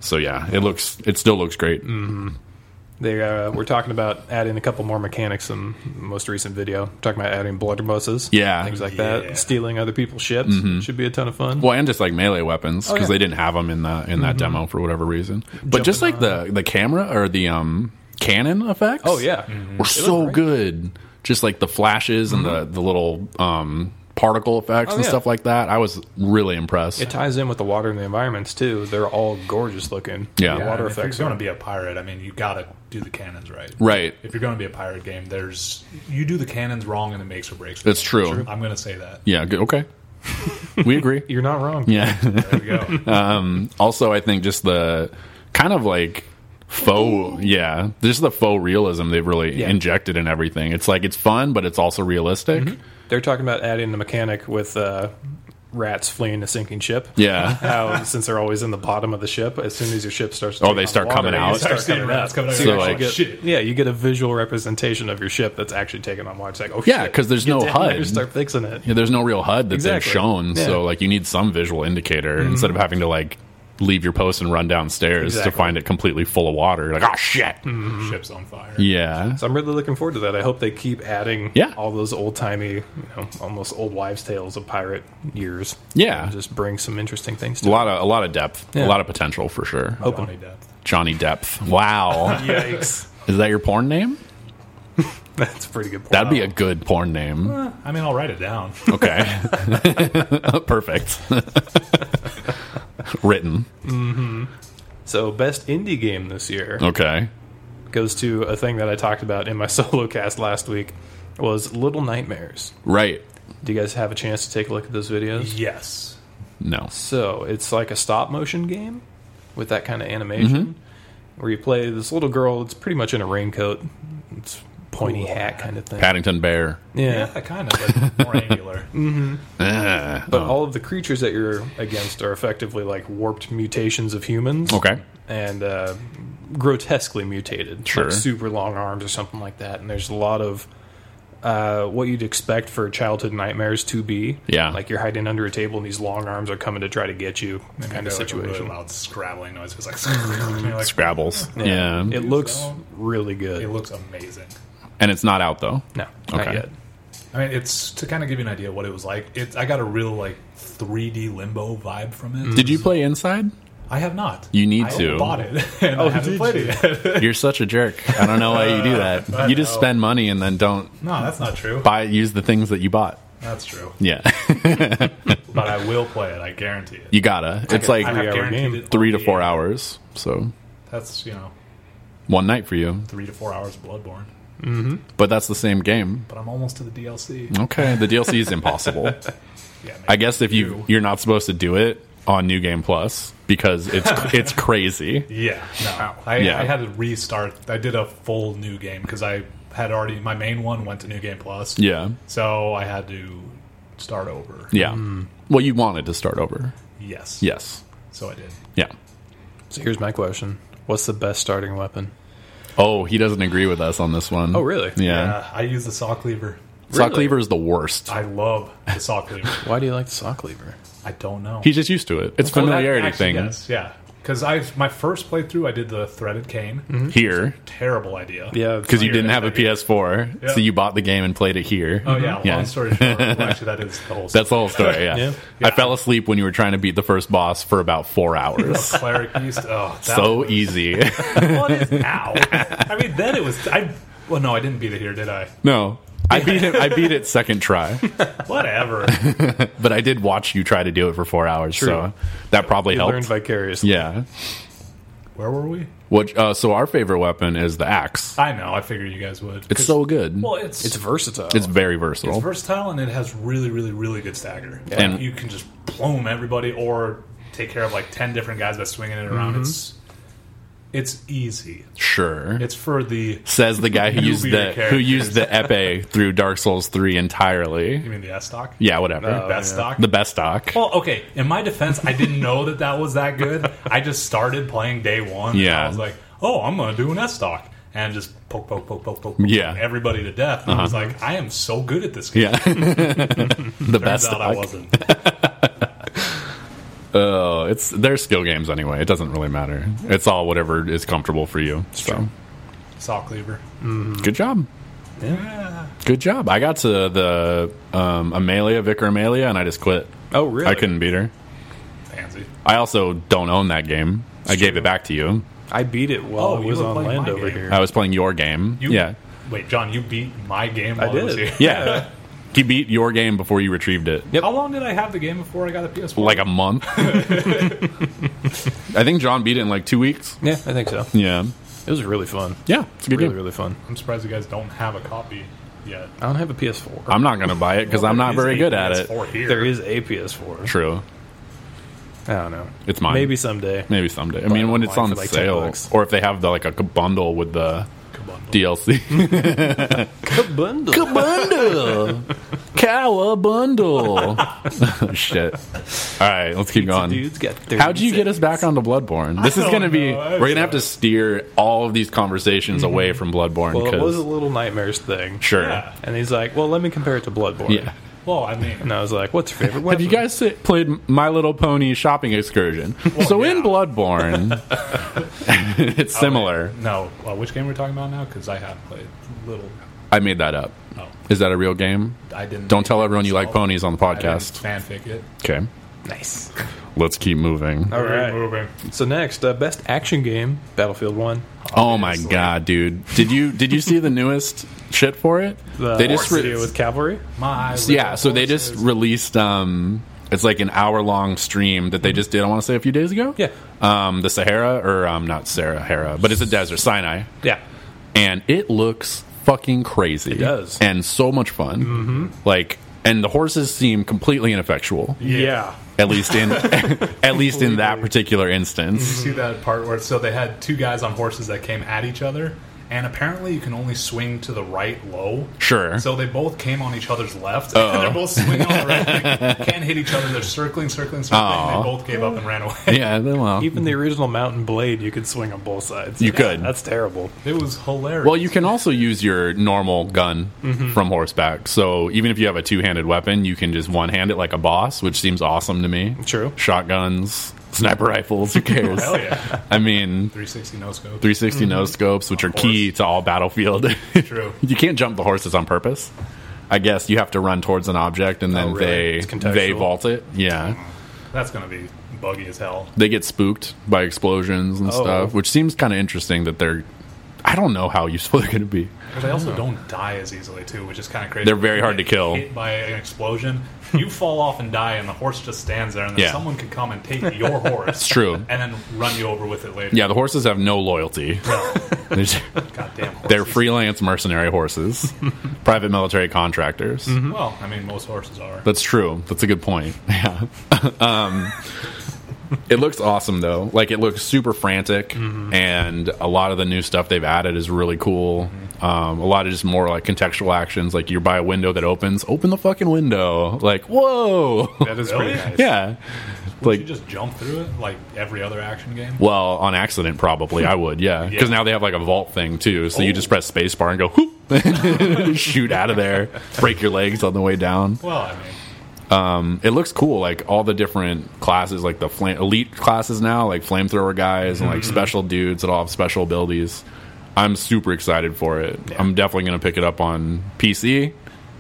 So yeah, it looks it still looks great. Mm. They uh, we're talking about adding a couple more mechanics in the most recent video. talking about adding blood mimosas, Yeah. Mm-hmm. things like Yeah. that. Stealing other people's ships should be a ton of fun. Well, and just like melee weapons because Oh, yeah. Mm-hmm. they didn't have them in the in that demo for whatever reason. But just like the the camera or the um cannon effects. oh yeah, were so good. Just like the flashes and the the little um particle effects Oh, and yeah. stuff like that. I was really impressed. it ties in with the water and the environments too. They're all gorgeous looking. Yeah. The Yeah, water I mean, effects. If you're going to be a pirate, I mean, you got to do the cannons right. right. If you're going to be a pirate game, there's you do the cannons wrong and it makes or breaks. That's true. I'm going to say that. Yeah, good. okay. we agree. You're not wrong. Yeah. Um, There we go. *laughs* also, I think just the kind of like faux yeah just the faux realism they've really injected in everything it's like it's fun but it's also realistic They're talking about adding the mechanic with uh, rats fleeing a sinking ship. *laughs* yeah How since they're always in the bottom of the ship, as soon as your ship starts, to Oh, take they on start water, coming you out? start Start seeing coming out. rats coming out. So You're you like, actually get- shit. yeah, you get a visual representation of your ship that's actually taking on water. It's like, oh Yeah, shit, 'cause there's get no *laughs* down there, HUD. Start fixing it. Yeah, there's no real HUD that Exactly. they've shown, Yeah. Mm-hmm. so like you need some visual indicator instead of having to like leave your post and run downstairs Exactly. Mm-hmm. to find it completely full of water. Like, oh shit. Ship's on fire. Yeah. So I'm really looking forward to that. I hope they keep adding Yeah. all those old timey, you know, almost old wives' tales of pirate years. Yeah. And just bring some interesting things A to it. lot of a lot of depth. Yeah. Oh. A lot of potential for sure. Johnny Depp. Johnny Depth. *laughs* Wow. Yikes. Is that your porn name? *laughs* That's a pretty good point. That'd be a good porn name. *laughs* Eh, *laughs* I mean, I'll write it down. Okay. *laughs* Perfect. *laughs* Written. so best indie game this year Okay. goes to a thing that I talked about in my *laughs* solo cast last week was Little Nightmares. Right. Do you guys have a chance to take a look at those videos? yes. No. So it's like a stop motion game with that kind of animation Mm-hmm. where you play this little girl. It's pretty much in a raincoat, it's pointy Cool. hat kind of thing. Paddington Bear. Yeah. Yeah, kind of, but *laughs* more angular. Eh. But all of the creatures that you're against are effectively like warped mutations of humans. Okay. And uh, grotesquely mutated. Sure. Like super long arms or something like that. And there's a lot of uh, what you'd expect for childhood nightmares to be. Yeah. Like you're hiding under a table and these long arms are coming to try to get you kind of Like a really situation. loud scrabbling noise. It's like, *laughs* and you're like, Scrabbles. Yeah. yeah. It looks really good. it looks amazing. And it's not out though. no, not Okay. yet. I mean, it's to kind of give you an idea of what it was like. It, I got a real like 3D limbo vibe from it. Did you play Inside? I have not. You need I to. Bought it. *laughs* And I haven't Oh, did played it yet. *laughs* You're such a jerk. I don't know why you do that. You just know. spend money and then don't no, that's not true. buy use the things that you bought. That's true. Yeah. But I will play it. I guarantee it. *laughs* you gotta. It's I like have three-hour guaranteed game. it. three to four hours. So That's you know one night for you. three to four hours of Bloodborne. But that's the same game. But I'm almost to the DLC. Mm. Okay. The DLC is impossible. *laughs* Yeah, maybe I guess if you you're not supposed to do it on New Game Plus because *laughs* it's it's crazy. Yeah, no. I, Yeah. I had to restart. I did a full new game because I had already my main one went to New Game Plus. Yeah, So I had to start over. yeah. Well, you wanted to start over. Yes. Yes. So I did. Yeah. So here's my question: What's the best starting weapon? Oh, he doesn't agree with us on this one. Oh, really? Yeah. Uh, I use the saw cleaver. Saw Really? cleaver is the worst. I love the saw cleaver. Why do you like the sock lever? I don't know. He's just used to it. It's Well, that familiarity actually thing. does, yeah. Because I my first playthrough, I did the threaded cane. Here, Terrible idea. Yeah, because you didn't have a idea. PS4, Yeah. so you bought the game and played it here. Oh yeah. Mm-hmm. Yeah. Long *laughs* story short, well, actually, that is the whole. *laughs* That's the whole story. Yeah. Yeah. I fell asleep when you were trying to beat the first boss for about four *laughs* hours. cleric beast. Oh, *laughs* that so *laughs* easy. What is now? I mean, then it was. I well, no, I didn't beat it here, did I? no. I beat it. I beat it second try, Whatever. but I did watch you try to do it for four hours, so that probably You learned helped. vicariously. yeah. Where were we? What? Uh, so our favorite weapon is the axe. I know. I figured you guys would. It's so good. well. It's It's it's versatile. it's very versatile. versatile and it has really, really, really good stagger. And- you can just plume everybody or take care of like ten different guys by swinging it around. Mm-hmm. It's it's easy. sure. It's for the Says the guy who used Newbie the who characters. used the epe through Dark Souls three entirely. you mean the S stock? Yeah, whatever. best stock. The best stock. Well, okay. In my defense, I didn't know that that was that *laughs* good. I just started playing day one. and Yeah. I was like, oh, I'm gonna do an S stock and just poke, poke, poke, poke, poke, poke Yeah. Uh-huh. everybody to death. And I was like, I am so good at this game. Yeah. *laughs* the best Turns out I stock. *laughs* wasn't. Oh, it's they're skill games anyway. It doesn't really matter. It's all whatever is comfortable for you. So Saw cleaver. good job. Good job. I got to the um, Amelia, Vicar Amelia, and I just quit. oh, really? I couldn't beat her. Pansy. I also don't own that game. I gave it back to you. I beat it while Oh, it you was were on playing land my over game. here. I was playing your game. You, *laughs* yeah. Wait, John, you beat my game. I While I, was did. here. Yeah. he beat your game before you retrieved it. Yep. How long did I have the game before I got the PS4? Like a *laughs* month. I think John beat it in like two weeks. Yeah, I think so. *laughs* Yeah. It was really fun. Yeah. It's a good Really, game. really fun. I'm surprised you guys don't have a copy yet. I don't have a PS4. I'm not going to buy it because I'm not very good at it. PS4 Here. there is a PS4. True. I don't know. It's mine. Maybe someday. Maybe someday. I mean, when it's online on for, like, 10 sale, bucks. or if they have the, like a bundle with the Kabundle. *laughs* DLC. Bundle. bundle, cow bundle. *laughs* Shit. All right, let's keep going. Dude's got How would you get us back onto Bloodborne? This is going to be. know. I We're going to have to steer all of these conversations away from Bloodborne. Well, it 'cause- was a little nightmares thing. sure. Yeah. And he's like, well, let me compare it to Bloodborne. Yeah. Well, I mean, And I was like, what's your favorite Have weapon? you guys sit, played My Little Pony Shopping *laughs* Excursion? so in yeah. *laughs* Oh, Bloodborne, *laughs* it's similar. no. Well, which game we're talking about now? Because I have played little. I made that up. Oh, Is that a real game? I didn't. Don't tell everyone you like Oh, ponies on the I didn't podcast. Fanfic it. Okay. Nice. Let's keep moving. All right. Moving. So next, uh, best action game, Battlefield One. Oh my Obviously. god, dude. Did you did you *laughs* see the newest shit for it? The they just re- video with cavalry. My Yeah, little so they just horses. released um it's like an hour long stream Mm-hmm. that they just did I want to say a few days ago. Yeah. Um the Sahara or um not Sahara, Hera, but it's a desert, Sinai. Yeah. and it looks fucking crazy. It does. and so much fun. Mm-hmm. Like, and the horses seem completely ineffectual, Yeah. at least in at least in that particular instance. see that part where so they had two guys on horses that came at each other, and apparently you can only swing to the right low. Sure. So they both came on each other's left, *laughs* and they're both swinging on the *laughs* right. They can't hit each other. They're circling, circling, circling. Aw. And they both gave up and ran away. yeah, well, Even the original Mountain Blade, you could swing on both sides. You could. That's terrible. *laughs* It was hilarious. well, you can also use your normal gun from horseback. So even if you have a two-handed weapon, you can just one-hand it like a boss, which seems awesome to me. True. Shotguns, sniper rifles, who cares? hell yeah, *laughs* I mean, 360 no scope. 360 no Mm-hmm. scopes, which are key to all Battlefield. *laughs* True. you can't jump the horses on purpose. I guess you have to run towards an object and then Oh, really? It's they contextual. Mm. they vault it. Yeah, That's gonna be buggy as hell. they get spooked by explosions and Oh. stuff, which seems kind of interesting. That they're I don't know how useful *laughs* they're going to be. But they Hmm. also don't die as easily too, which is kind of crazy. They're very hard to You get kill. Hit by an explosion, you fall off and die, and the horse just stands there, and then Yeah. someone could come and take your horse. It's true. And then run you over with it later. Yeah, the horses have no loyalty. *laughs* They're just- Goddamn *laughs* horses. they're freelance mercenary horses, private military contractors. Mm-hmm. Well, I mean, most horses are. *laughs* That's true. That's a good point. Yeah. um, it looks awesome though. Like it looks super frantic, and a lot of the new stuff they've added is really cool. Um, a lot of just more like contextual actions, like you're by a window that opens, open the fucking window. Like whoa, That is Really? pretty nice. *laughs* yeah. you Like just jump through it like every other action game. well, on accident probably I would, yeah. Because now they have like a vault thing too, so you just press spacebar and go whoop, *laughs* shoot out of there, break your legs on the way down. Well, I mean, it looks cool like all the different classes like the flame, elite classes now like flamethrower guys and like special dudes that all have special abilities i'm super excited for it i'm definitely going to pick it up on pc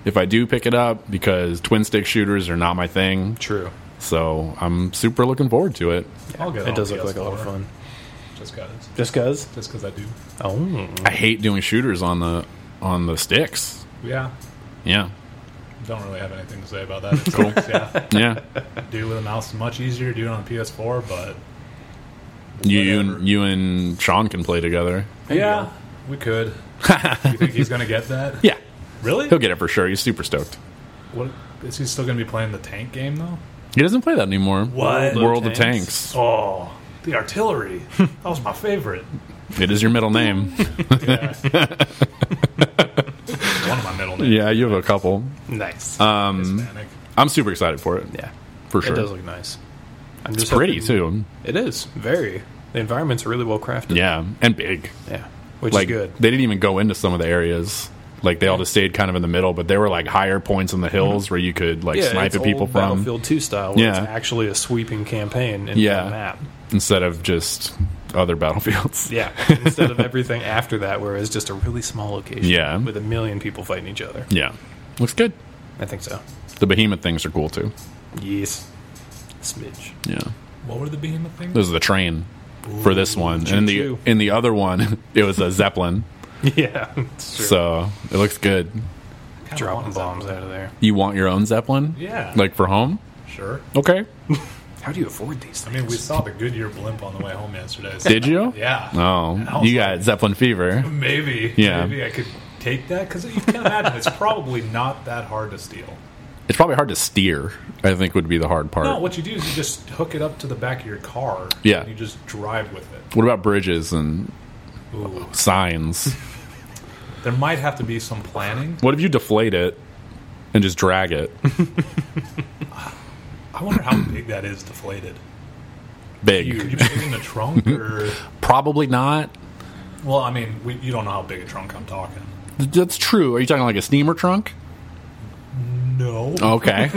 if i do pick it up because twin stick shooters are not my thing True. so i'm super looking forward to it I'll get It on does look PS4, like a lot of fun. Just because, Just because? just because I do. Oh. i hate doing shooters on the on the sticks Yeah, yeah don't really have anything to say about that. It Cool. sucks, yeah, yeah do it with a mouse is much easier. Do it on a PS4, but you, you and Whatever. you and sean can play together yeah, *laughs* we could. you think he's gonna get that? yeah Really? he'll get it for sure he's super stoked What is he still gonna be playing the tank game though? he doesn't play that anymore What? world of Tanks? tanks Oh, the *laughs* artillery. that was my favorite. It is your middle name. Yeah. One of my middle *laughs* names. yeah, um, you have a couple. Nice. Hispanic. I'm super excited for it. yeah. for Uh, sure. It does look nice. I'm It's pretty too. It is. Very. The environment's really well crafted. Yeah, and big. Yeah. Which like is good. they didn't even go into some of the areas. Like they all just stayed kind of in the middle, but there were like higher points in the hills where you could like Mm-hmm. Yeah, snipe it's at people old from Battlefield 2 style. Where Yeah. It's actually a sweeping campaign in Yeah. the map. instead of just other battlefields. Yeah. Instead of everything after that, where it's just a really small location. Yeah. With a million people fighting each other. *laughs* Yeah. Looks good. I think so. The behemoth things are cool too. Yes. *laughs* Smidge. Yeah. What were the behemoth things? This is the train for this one. and in the choo-choo. in the other one *laughs* it was a Zeppelin. Yeah. *laughs* It's true. So it looks good. Kinda Dropping wanted that bombs one. out of there. You want your own Zeppelin? Yeah. Like for home? Sure. Okay. How do you afford these I things? mean, we saw the Goodyear blimp on the way home yesterday. so- Did you? Yeah. And I Oh, was you got Zeppelin fever. like, maybe. Yeah. Maybe I could take that because you can imagine it's probably not that hard to steal. It's probably hard to steer. I think would be the hard part. No, what you do is you just hook it up to the back of your car. Yeah. And you just drive with it. What about bridges and Ooh. signs? There might have to be some planning. what if you deflate it and just drag it I wonder how big that is deflated. big? Could you put it in *laughs* the trunk or? Probably not. Well, I mean, we, you don't know how big a trunk I'm talking. Th- That's true. Are you talking like a steamer trunk? No. *laughs* Okay.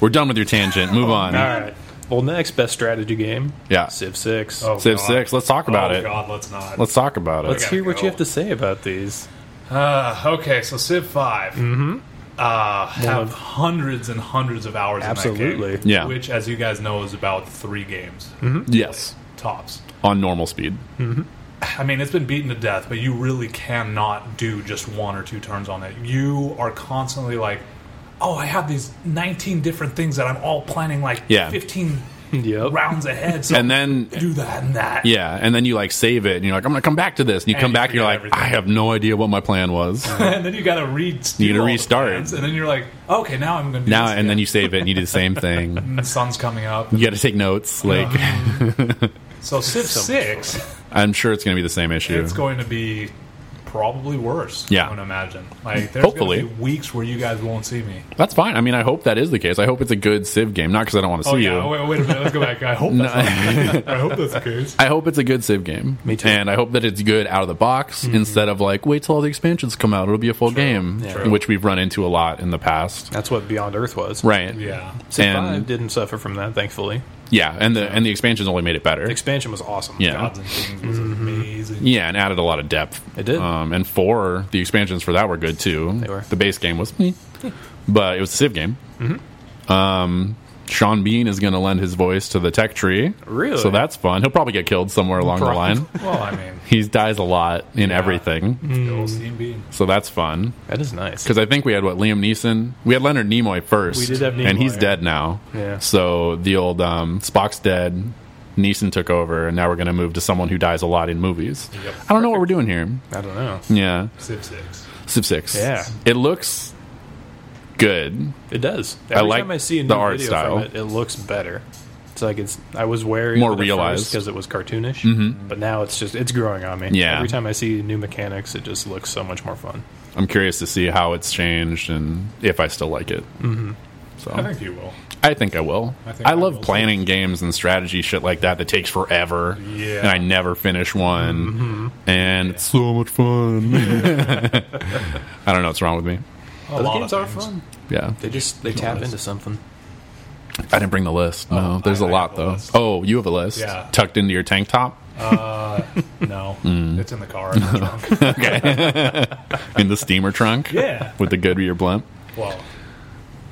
We're done with your tangent. Move on. All right. Well, next best strategy game. Yeah. Civ Six. Oh, Civ God. six. Let's talk about oh, it. God, let's not. Let's talk about it. Let's gotta hear what go. you have to say about these. Uh, okay, so Civ 5. Mm-hmm. Uh, have of- hundreds and hundreds of hours in Absolutely. that game. Yeah. Which, as you guys know, is about three games. Mm-hmm. yes. Tops. On normal speed. I mean, it's been beaten to death, but you really cannot do just one or two turns on it. You are constantly like, oh, I have these 19 different things that I'm all planning like Yeah. *laughs* 15 Yep. rounds ahead. So And then do that and that. Yeah, and then you like save it, and you're like, I'm gonna come back to this. And you And come you back, and you're like, forget everything. I have no idea what my plan *laughs* was. *laughs* and then you got to restart. You gotta restart. and then you're like, okay, now I'm going to do now, this and then again. you save it, and you do the same thing. the sun's coming up. You got to take notes. Like, *laughs* So Civ Six, I'm sure it's gonna be the same issue. it's going to be probably worse. Yeah. I would imagine. Like there's Hopefully. gonna be weeks where you guys won't see me. That's fine. I mean, I hope that is the case. I hope it's a good Civ game, not because I don't want to Oh see yeah, you. wait, wait a minute. Let's go back. *laughs* I hope that's not I hope that's the case. I hope it's a good Civ game. Me too. And I hope that it's good out of the box Mm-hmm. instead of like, wait till all the expansions come out. It'll be a full game, True. which we've run into a lot in the past. That's what Beyond Earth was. Right. Yeah, Civ And- Five didn't suffer from that, thankfully. Yeah. And the and the expansions only made it better. The expansion was awesome. Yeah. Gods and Kings was Mm-hmm. amazing. Yeah, and added a lot of depth. It did. Um, and four, the expansions for that were good too. They were. The base game was, meh, but it was a Civ game. Mm-hmm. Um, Sean Bean is going to lend his voice to the tech tree. Really? So that's fun. He'll probably get killed somewhere along Probably. Mm-hmm. the line. Well, I mean, He dies a lot in Mm. everything, the old steam bean. so that's fun. That is nice. Because I think we had what Liam Neeson, we had Leonard Nimoy first, We did have and he's Nimoy. dead now. Yeah. So the old um, Spock's dead. Neeson took over, and now we're going to move to someone who dies a lot in movies. I Yep. don't know what we're doing here. I don't know. Yeah. Civ Six. Civ Six. Yeah. It looks good. It does. Every like time I see a new the art video style. from it, it looks better. It's like it's. I was wary More realized. Mm-hmm. because it was cartoonish, but now it's just it's growing on me. Yeah. Every time I see new mechanics, it just looks so much more fun. I'm curious to see how it's changed and if I still like it. Mm-hmm. So I think you will. I think I will. I, I think I love will, too. planning games and strategy shit like that that takes forever. Yeah. Mm-hmm. And I never finish one. And it's so much fun. *laughs* I don't know what's wrong with me. Oh, A Those lot games of are things. fun. Yeah. They just they tap into something. I didn't bring the list. No, Oh, there's a I- I lot have a though. list. Oh, you have a list. Yeah. Tucked into your tank top No, Mm. it's in the car. in the *laughs* trunk. in the steamer trunk. *laughs* Yeah. With the Goodyear blimp. well,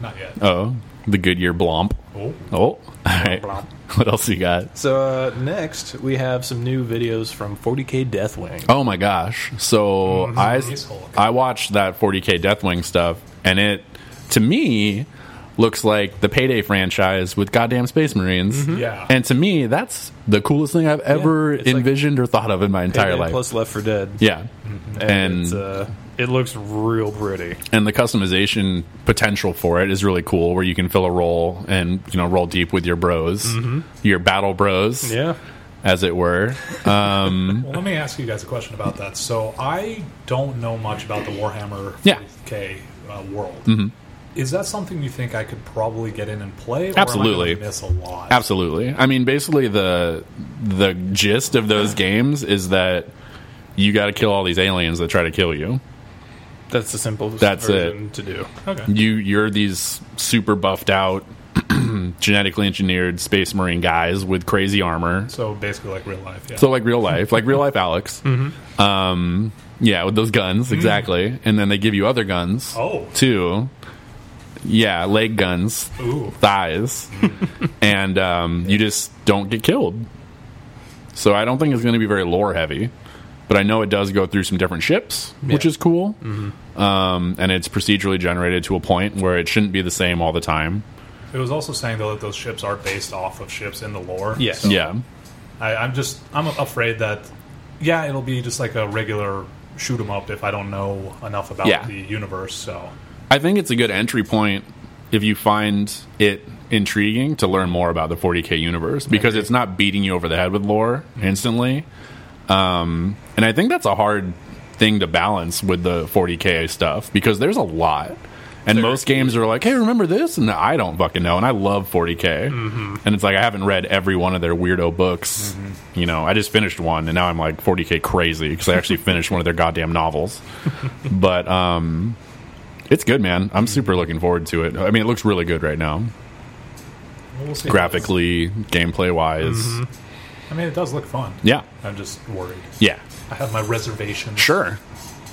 not yet. Oh, the Goodyear blomp. Oh. Oh, all right. Blomp. *laughs* What else you got? So uh, next we have some new videos from 40k Deathwing. Oh my gosh! So Mm-hmm. Asshole. I I watched that 40k Deathwing stuff, and it to me looks like the Payday franchise with goddamn Space Marines. Yeah. Hmm? and to me that's the coolest thing I've ever Mm-hmm. it's like envisioned or thought of in my entire Payday life. plus Mm-hmm. Left for Dead. yeah, and and it's, uh, it looks real pretty. and the customization potential for it is really cool, where you can fill a role and you know roll deep with your bros, your battle bros, Mm-hmm. Yeah, as it were. Well, let me ask you guys a question about that. So I don't know much about the Warhammer Yeah. Mm-hmm. 40k uh, world. Is that something you think I could probably get in and play? Or Absolutely. am I gonna miss a lot. Absolutely. I mean, basically the the gist of those games is that you got to kill all these aliens that try to kill you. that's the simplest That's it. version to do. Okay. You you're these super buffed out, *clears throat* genetically engineered space marine guys with crazy armor. So basically, like real life. Yeah. So like real life, like real life Alex. Um, yeah, with those guns exactly, and then they give you other guns. Oh. too. Yeah, leg guns, Ooh. thighs, and um, you just don't get killed. So I don't think it's going to be very lore heavy, but I know it does go through some different ships, which Yeah. is cool. Um, and it's procedurally generated to a point where it shouldn't be the same all the time. it was also saying though that those ships are based off of ships in the lore. Yes. So Yeah, I, I'm just I'm afraid that yeah, it'll be just like a regular shoot 'em up if I don't know enough about Yeah. the universe. So I think it's a good entry point if you find it intriguing to learn more about the 40k universe because it's not beating you over the head with lore instantly. Um, and I think that's a hard thing to balance with the 40k stuff because there's a lot. And most games are like, hey, remember this? And I don't fucking know. And I love 40K. And it's like, I haven't read every one of their weirdo books. You know, I just finished one and now I'm like 40K crazy because I actually finished one of their goddamn novels. But, um, it's good, man. I'm super looking forward to it. I mean, it looks really good right now, we'll see. graphically, gameplay wise. I mean, it does look fun. Yeah, I'm just worried. yeah, I have my reservations. sure.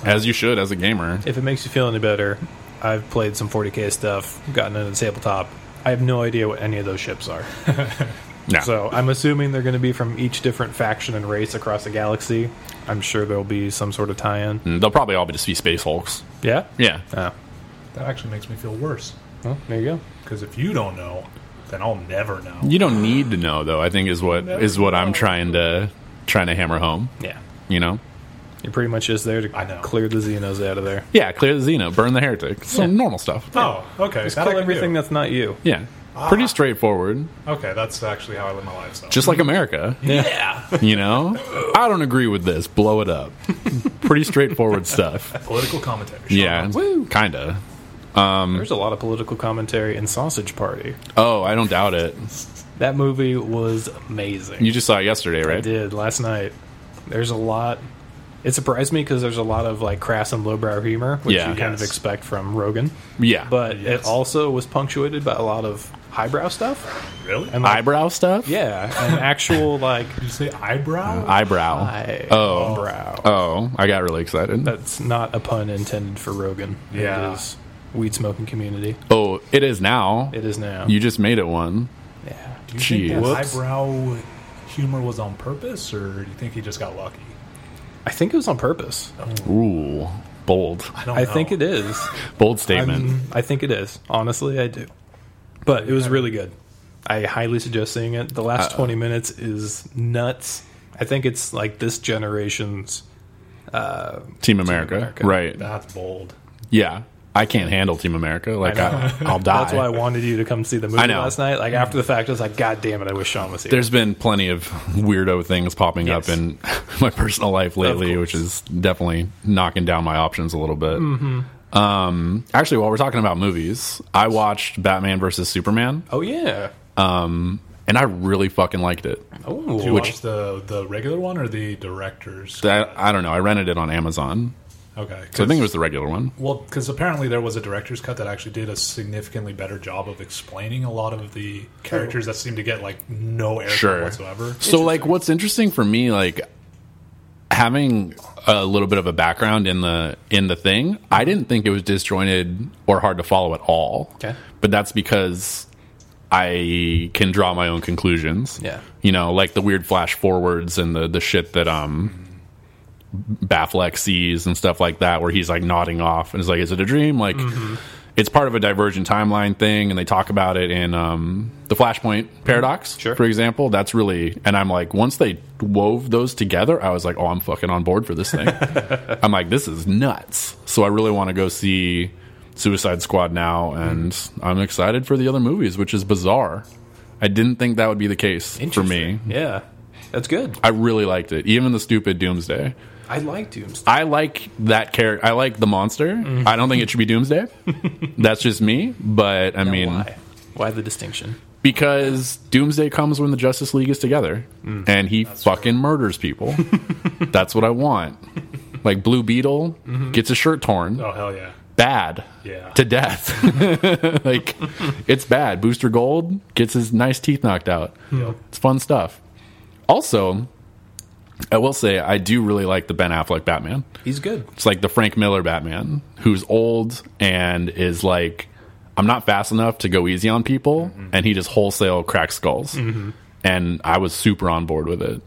As you should, as a gamer. If it makes you feel any better, I've played some 40k stuff, gotten into the tabletop. I have no idea what any of those ships *laughs* are. No. So I'm assuming they're going to be from each different faction and race across the galaxy. I'm sure there'll be some sort of tie-in. They'll probably all be just be space hulks. Yeah. Yeah, Oh, That actually makes me feel worse. well, there you go. Because if you don't know, then I'll never know. you don't need to know though. I think is what is what I'm trying to trying to hammer home. Yeah. You know, You're pretty much just there to I know. clear the Xenos out of there. yeah, clear the Xena, burn the heretic, some normal stuff. Oh, okay. Just that I kill can everything do. that's not you. Yeah, pretty straightforward. Okay, that's actually how I live my life. So. Just like America. yeah, You know, I don't agree with this. Blow it up. pretty straightforward stuff. political commentary. Sean. Yeah, kinda. Hmm. There's a lot of political commentary in Sausage Party. Oh, I don't doubt it. That movie was amazing. You just saw it yesterday, I right? did last night. There's a lot. It surprised me because there's a lot of like crass and lowbrow humor, which Yeah. you kind of Yes. expect from Rogan. Yeah. But Yes. it also was punctuated by a lot of highbrow stuff. really? And like, eyebrow stuff? yeah, and actual like Did you say eyebrow? Uh, Eyebrow. Oh. highbrow. Oh, I got really excited. That's not a pun intended for Rogan. Yeah. it is weed smoking community. oh, it is now. It is now. You just made it one. yeah. do you think that Jeez. eyebrow humor was on purpose, or do you think he just got lucky? I think it was on purpose. Ooh, bold. I don't. I know. think it is. Bold statement. Mm, I think it is. Honestly, I do. But it was really good. I highly suggest seeing it. The last Uh, 20 minutes is nuts. I think it's like this generation's Team, America. America. Right. That's bold. Yeah. I can't handle Team America. Like know. I, I'll *laughs* die. That's why I wanted you to come see the movie I know. last night. Like after the fact, I was like, God damn it! I wish Sean was here. There's been plenty of weirdo things popping Yes. up in *laughs* my personal life lately, course. which is definitely knocking down my options a little bit. Mm-hmm. Um, actually, while we're talking about movies, I watched Batman versus Superman, oh yeah. and I really fucking liked it. Oh, Do you watch the the regular one or the director's? I, I don't know. I rented it on Amazon, okay, so I think it was the regular one. Well, because apparently there was a director's cut that actually did a significantly better job of explaining a lot of the characters that seem to get like no airtime Sure. whatsoever. So, like, what's interesting for me, like having a little bit of a background in the in the thing, Uh-huh. I didn't think it was disjointed or hard to follow at all. Okay. but that's because I can draw my own conclusions. Yeah. you know, like the weird flash forwards and the the shit that um. Batfleck sees and stuff like that, where he's like nodding off and it's like, "Is it a dream?" Like, Mm-hmm. it's part of a divergent timeline thing, and they talk about it in um, the Flashpoint paradox, Sure. for example. That's really, and I'm like, once they wove those together, I was like, oh, I'm fucking on board for this thing. I'm like, this is nuts. So I really want to go see Suicide Squad now, and I'm excited for the other movies, which is bizarre. I didn't think that would be the case for me. yeah, that's good. I really liked it, even the stupid Doomsday. I like Doomsday. I like that character. I like the monster. Mm-hmm. I don't think it should be *laughs* Doomsday. That's just me. But I mean, Why? Why the distinction? because Doomsday comes when the Justice League is together, Mm. and he fucking murders *laughs* people. That's what I want. Like Blue Beetle gets his shirt torn, Mm-hmm. Oh hell yeah! bad Yeah. to death. *laughs* *laughs* like it's bad. Booster Gold gets his nice teeth knocked out. It's fun stuff. Also, I will say I do really like the Ben Affleck Batman. He's good. It's like the Frank Miller Batman, who's old and is like, I'm not fast enough to go easy on people, and he just wholesale cracks skulls. And I was super on board with it.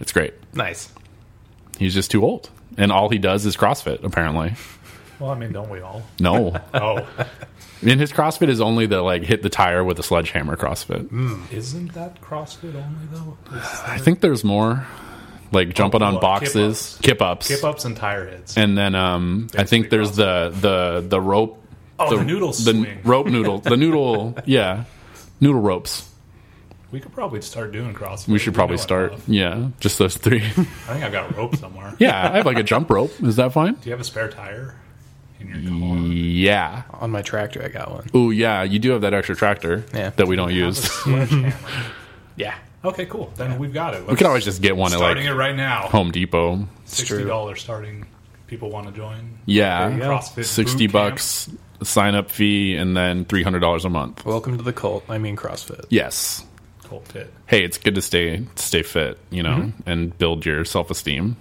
It's great. Nice. He's just too old, and all he does is CrossFit. Apparently, Well, I mean, don't we all? no. Oh, and his CrossFit is only the like hit the tire with a sledgehammer CrossFit. *laughs* isn't that CrossFit only though? I think there's more, like jumping on well, boxes, kip ups, Kip ups and tire hits. and then um, I think there's the the the rope oh, the, noodle the swing. *laughs* rope noodle the noodle yeah noodle ropes we could probably start doing CrossFit. we should probably know start enough. yeah just those three *laughs* I think I've got a rope somewhere. yeah i have like a jump rope is that fine Do you have a spare tire in your car? yeah On my tractor, I got one. oh yeah you do have that extra tractor Yeah. that we don't *laughs* use Sledgehammer. Yeah, okay, cool. Then we've got it. we could always just get one at starting it like Oh, right now. home depot Sixty dollars starting. People want to join. go. yeah CrossFit 60 boot camp. bucks sign up fee and then $300 a month welcome to the cult. I mean CrossFit. yes Cool fit. hey it's good to stay stay fit you know Mm-hmm. and build your self-esteem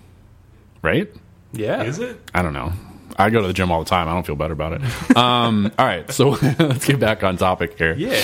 right Yeah, Is it? I don't know. I go to the gym all the time. I don't feel better about it. *laughs* Um, all right, so *laughs* let's get back on topic here. Yeah.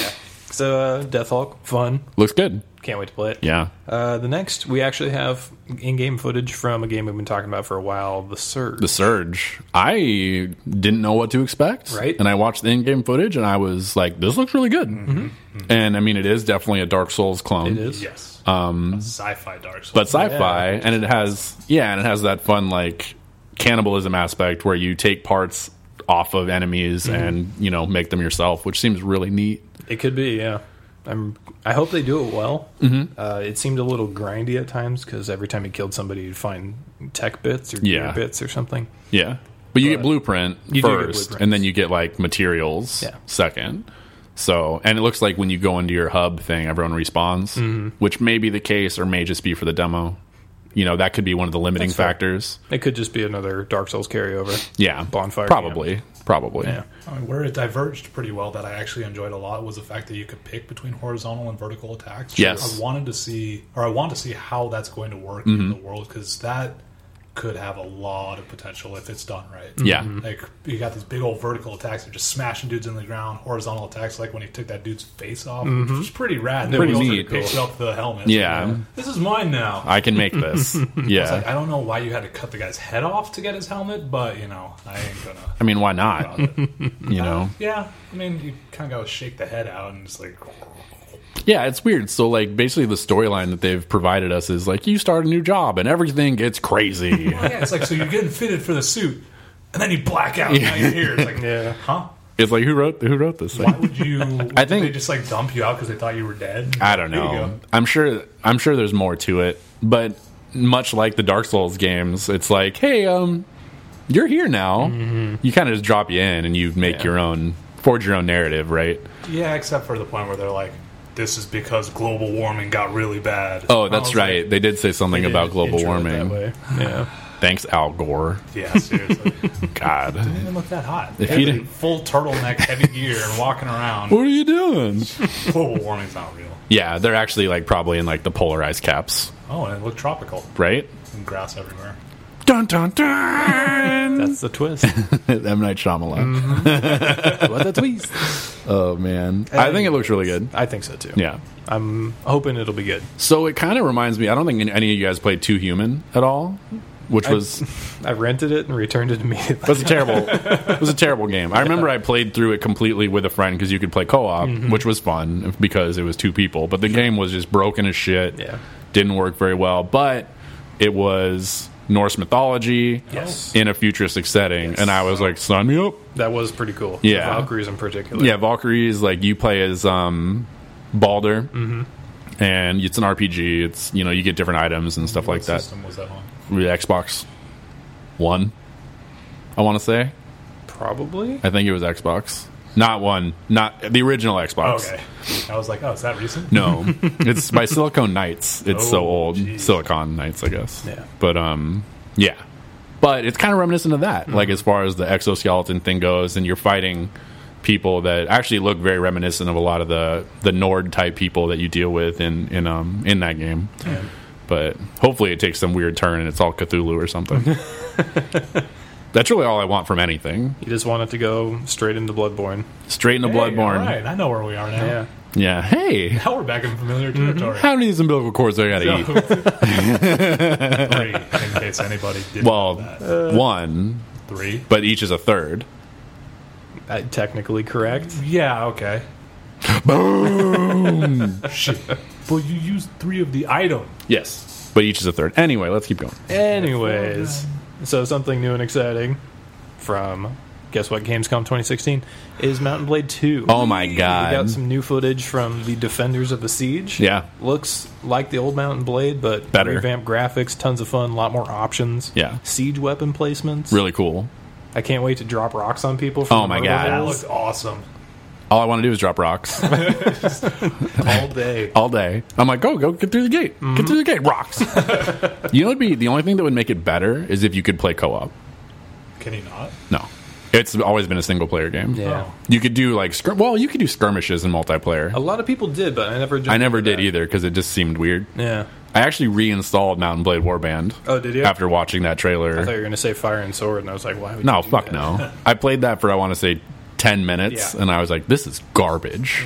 So uh, Death Hulk, fun. Looks good. Can't wait to play it. Yeah. Uh, the next, we actually have in-game footage from a game we've been talking about for a while, The Surge. The surge. I didn't know what to expect. Right. Mm-hmm. And I watched the in-game footage, and I was like, "This looks really good." And I mean, it is definitely a Dark Souls clone. it is. Yes. Um, sci-fi Dark Souls. but sci-fi and it has yeah and it has that fun like cannibalism aspect where you take parts off of enemies Mm-hmm. and you know make them yourself which seems really neat It could be. Yeah. I'm. I hope they do it well. Mm-hmm. Uh, it seemed a little grindy at times because every time you killed somebody, you'd find tech bits or gear Yeah. bits or something. Yeah. But you get blueprint You do get first, blueprints. and then you get like materials Yeah. second. So, and it looks like when you go into your hub thing, everyone respawns, Mm-hmm. which may be the case or may just be for the demo. You know, that could be one of the limiting fair. factors. It could just be another Dark Souls carryover. Yeah. Bonfire Probably. Probably. Yeah. I mean, where it diverged pretty well that I actually enjoyed a lot was the fact that you could pick between horizontal and vertical attacks. Yes. Mm-hmm. I wanted to see, or I want to see how that's going to work in the world because that could have a lot of potential if it's done right. Yeah. Mm-hmm. Like you got these big old vertical attacks of just smashing dudes into the ground. Horizontal attacks, like when he took that dude's face off, which was pretty rad. Pretty Then he neat. Picks up the helmet. Yeah. You know, this is mine now. I can *laughs* make this. yeah. Like, I don't know why you had to cut the guy's head off to get his helmet, but you know, I ain't gonna. I mean, *laughs* why not? you know? Yeah, I mean, you kind of gotta shake the head out and it's like, Yeah, it's weird. So, like, basically, the storyline that they've provided us is like, you start a new job and everything gets crazy. *laughs* yeah, it's like so you're getting fitted for the suit, and then you black out. Now you're here. It's like, Yeah. huh? It's like who wrote who wrote this Why thing? would you? I did think- they just like dump you out because they thought you were dead. I don't There you know. go. I'm sure I'm sure there's more to it, but much like the Dark Souls games, it's like, hey, um, you're here now. You kind of just drop you in and you make your own forge your own narrative, right? Yeah, except for the point where they're like, "This is because global warming got really bad." Oh, I that's was right. like, they did say something about global Intro it that warming. way. *laughs* Yeah. Thanks, Al Gore. *laughs* *laughs* yeah, seriously, it God. didn't even look that hot. If They you were didn't- full turtleneck, heavy gear, and walking around. *laughs* *laughs* What are you doing? global warming's not real. yeah, they're actually like probably in like the polar ice caps, Oh, and it looked tropical. right? And grass everywhere. Dun dun dun. *laughs* That's the twist. M Night Shyamalan. what a *laughs* twist. Oh man, I think it looks really good. I think so too. Yeah. I'm hoping it'll be good. So it kind of reminds me. I don't think any of you guys played Two Human at all, which *laughs* was I rented it and returned it immediately. was a terrible it was a terrible game. I remember I played through it completely with a friend because you could play co op, which was fun because it was two people. But the game was just broken as shit. Yeah. didn't work very well. But it was Norse mythology Yes. in a futuristic setting, and I was like, sign me up. That was pretty cool. Yeah. Valkyries in particular. Yeah, Valkyries. Like you play as um, Balder, and it's an RPG. It's you know you get different items and stuff like that. System was that on? the Xbox One. I want to say. Probably. I think it was Xbox. Not one. Not the original Xbox. Okay, I was like, "Oh, is that recent?" No, *laughs* it's by Silicon Knights. It's so Oh, old. jeez. Silicon Knights, I guess. Yeah. But um, yeah. But it's kind of reminiscent of that, Mm-hmm. like as far as the exoskeleton thing goes, and you're fighting people that actually look very reminiscent of a lot of the the Nord type people that you deal with in in um in that game. But hopefully, it takes some weird turn and it's all Cthulhu or *laughs* something. That's really all I want from anything. You just want it to go straight into Bloodborne. Straight into Hey, Bloodborne. All right, I know where we are now. Yeah. Yeah. Hey, Now we're back in familiar territory. *laughs* how many umbilical cords do I gotta eat? Three, in case anybody didn't Well, know that. one, three. but each is a third. Uh, technically correct. Mm-hmm. Yeah, okay. Boom! Shit. Well, you used three of the item. Yes, but each is a third. Anyway, let's keep going. Anyways, so something new and exciting from guess what Gamescom 2016 is Mountain Blade 2. Oh my We got god! some new footage from the Defenders of the Siege. Yeah. Looks like the old Mountain Blade, but Better. revamped graphics, tons of fun, a lot more options. Yeah. Siege weapon placements. Really cool. I can't wait to drop rocks on people. From Oh the my murder God. That holes looked awesome. All I want to do is drop rocks *laughs* All day. *laughs* all day. I'm like, go, go, get through the gate, get through the gate, rocks. you know, it'd be the only thing that would make it better is if you could play co-op. Can you not? No, it's always been a single-player game. Yeah. Oh. You could do like skir- well, you could do skirmishes in multiplayer. A lot of people did, but I never. I never did either because it just seemed weird. Yeah. I actually reinstalled Mountain Blade Warband. Oh, did you? After watching that trailer, I thought you were going to say fire and sword, and I was like, why would No, you do fuck that? no. I played that for I want to say ten minutes, Yeah. Mm-hmm. and I was like, "This is garbage,"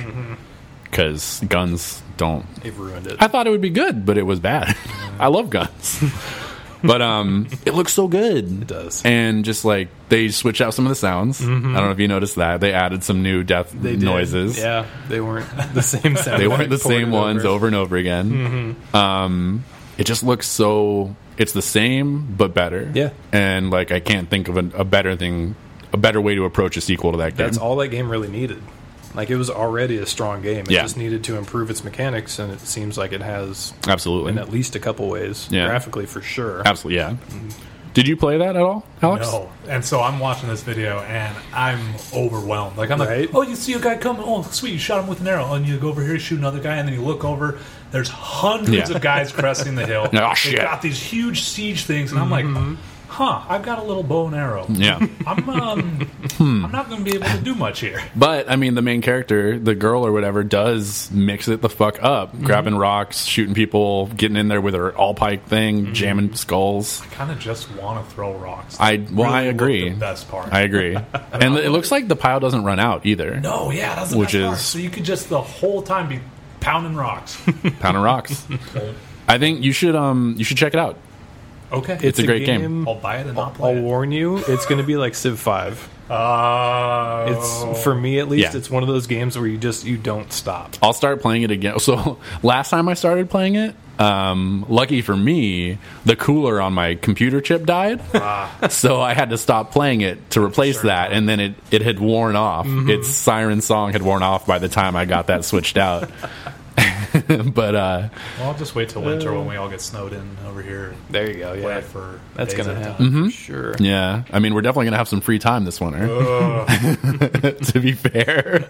because guns don't. It ruined it. I thought it would be good, but it was bad. *laughs* I love guns, *laughs* but um, it looks so good. It does. Mm-hmm. and just like they switch out some of the sounds. I don't know if you noticed that they added some new death They did. noises. Yeah, they weren't *laughs* the same sound. They weren't the Poured same it Mm-hmm. ones over and over again. Um, it just looks so. It's the same but better. Yeah. and like I can't think of a, a better thing, a better way to approach a sequel to that game. That's all that game really needed. Like it was already a strong game. It Yeah. just needed to improve its mechanics, and it seems like it has Absolutely, in at least a couple ways. Yeah. Graphically, for sure. absolutely. Yeah. Did you play that at all, Alex? No. And so I'm watching this video and I'm overwhelmed. Like I'm Right? like, oh, you see a guy coming. Oh, sweet, you shot him with an arrow. And you go over here, you shoot another guy, and then you look over. There's hundreds Yeah. *laughs* of guys cresting the hill. Oh, They've shit. got these huge siege things, and Mm-hmm. I'm like, huh, I've got a little bow and arrow. *laughs* Yeah, *laughs* I'm um, I'm Hmm. not going to be able to do much here. but I mean, the main character, the girl or whatever, does mix it the fuck up, Mm-hmm. grabbing rocks, shooting people, getting in there with her all pike thing, Mm-hmm. jamming skulls. Kind of just want to throw rocks. I well, I Really looked agree. The best part. I *laughs* agree, and it looks like the pile doesn't run out either. No, yeah, that's the Which best part. is- so you could just the whole time be *laughs* pounding rocks. Pound of rocks. I think you should um you should check it out. okay, It's, a great game. I'll buy it and not play I'll it. warn you, it's going to be like Civ Five. Uh, It's for me at least. Yeah. It's one of those games where you just you don't stop. I'll start playing it again. *laughs* So last time I started playing it, um, lucky for me, the cooler on my computer chip died, *laughs* so I had to stop playing it to replace that, and then it it had worn off. Its siren song had worn off by the time I got that switched out. *laughs* but uh, well, I'll just wait till winter when we all get snowed in over here. There you go. Play Yeah, it for that's days gonna at a time. happen. Mm-hmm. for Sure. yeah, I mean, we're definitely gonna have some free time this winter. *laughs* to be fair,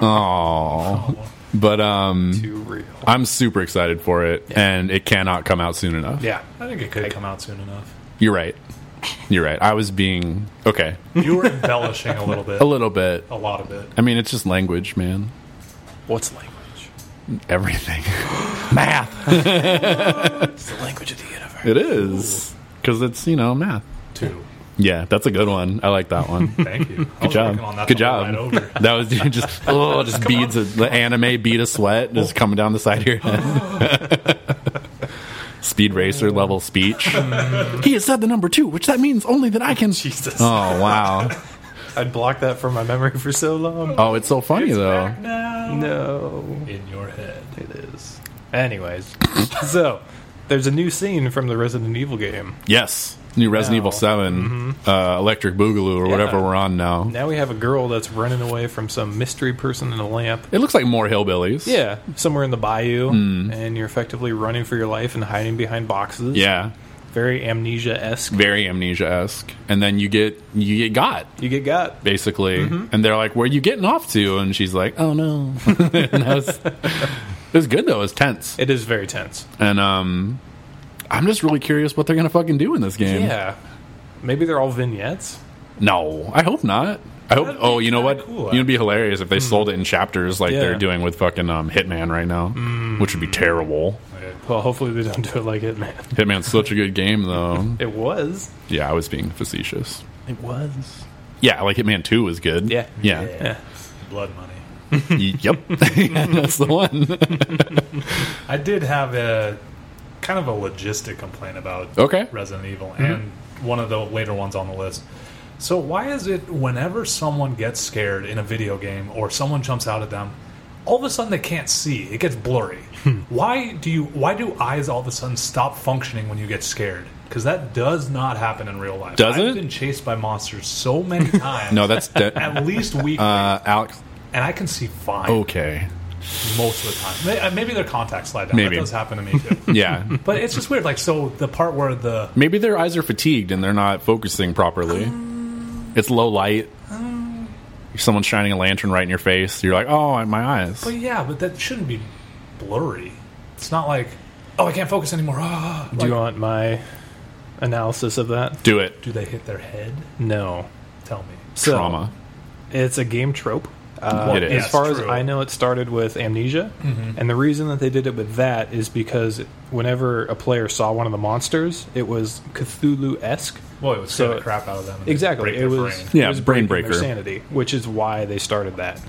oh, but um. Too real. I'm super excited for it, and it cannot come out soon enough. Yeah. I think it could come out *laughs* soon enough. You're right. You're right. I was being okay You were embellishing a little bit, a little bit. a lot of it. I mean, it's just language, man. What's language? Everything, *laughs* math. It's the language of the universe. It is because it's you know math. Two. Yeah, that's a good one. I like that one. Good Thank you. Good job. On that Good the whole job. *laughs* night over. That was you just *laughs* oh, just beads of the anime bead of sweat Oh. just coming down the side of your head. *laughs* Speed racer level speech. Mm. he has said the number two, which that means only that I *laughs* can. Jesus. Oh wow. I'd blocked that from my memory for so long. Oh, it's so funny though. No, In your head. it is. Anyways, so there's a new scene from the Resident Evil game. Yes, new Resident No. Evil 7 Mm-hmm. uh, Electric Boogaloo, or whatever we're on now. Now we have a girl that's running away from some mystery person in a lamp. It looks like more hillbillies. Yeah, somewhere in the bayou, and you're effectively running for your life and hiding behind boxes. yeah, very amnesia esque. very amnesia esque. And then you get you get got You get got. basically, Mm-hmm. and they're like, "Where you getting off to?" And she's like, "Oh no." *laughs* and that was, it was good though. It was tense, It is very tense. and um, I'm just really curious what they're gonna fucking do in this game. Yeah, maybe they're all vignettes. No, I hope not. I hope. That'd be Oh, you know kinda what? cool, you would be hilarious if they sold it in chapters like Mm-hmm. Yeah. Mm. they're doing with fucking um, Hitman right now, which would be terrible. Well, hopefully they don't do it like it, man. Hitman's such a good game, though. It was. Yeah, I was being facetious. It was. Yeah, like Hitman Two was good. Yeah. yeah, Yeah. Blood money. Y- yep, *laughs* Yeah, that's *laughs* the one. I did have a kind of a logistic complaint about Okay. Mm-hmm. Resident Evil and one of the later ones on the list. So why is it whenever someone gets scared in a video game or someone jumps out at them, all of a sudden they can't see. It gets blurry. Hmm. why do you why do eyes all of a sudden stop functioning when you get scared? Because that does not happen in real life. Does I've it? been chased by monsters so many *laughs* times. No, that's de- at least weekly, uh, Oh, Alex. and I can see fine *laughs* Okay, most of the time. May- uh, Maybe their contacts slide down. Maybe. That does happen to *laughs* me too. yeah. But it's just weird. Like, so the part where the Maybe their eyes are fatigued and they're not focusing properly. Um, It's low light. Someone's shining a lantern right in your face. You're like, oh, my eyes. but yeah, but that shouldn't be blurry. It's not like oh, I can't focus anymore. Ah, Do like, you want my analysis of that? Do it. do they hit their head? No. Tell me. So, Trauma. It's a game trope. Uh, It is. As far as True. Mm-hmm. I know, it started with Amnesia, and the reason that they did it with that is because whenever a player saw one of the monsters, it was Cthulhu esque. Well, it would scare the crap out of them. and Exactly, break it their was *laughs* brain. Yeah, it was brain breaking breaker. their sanity, which is why they started that.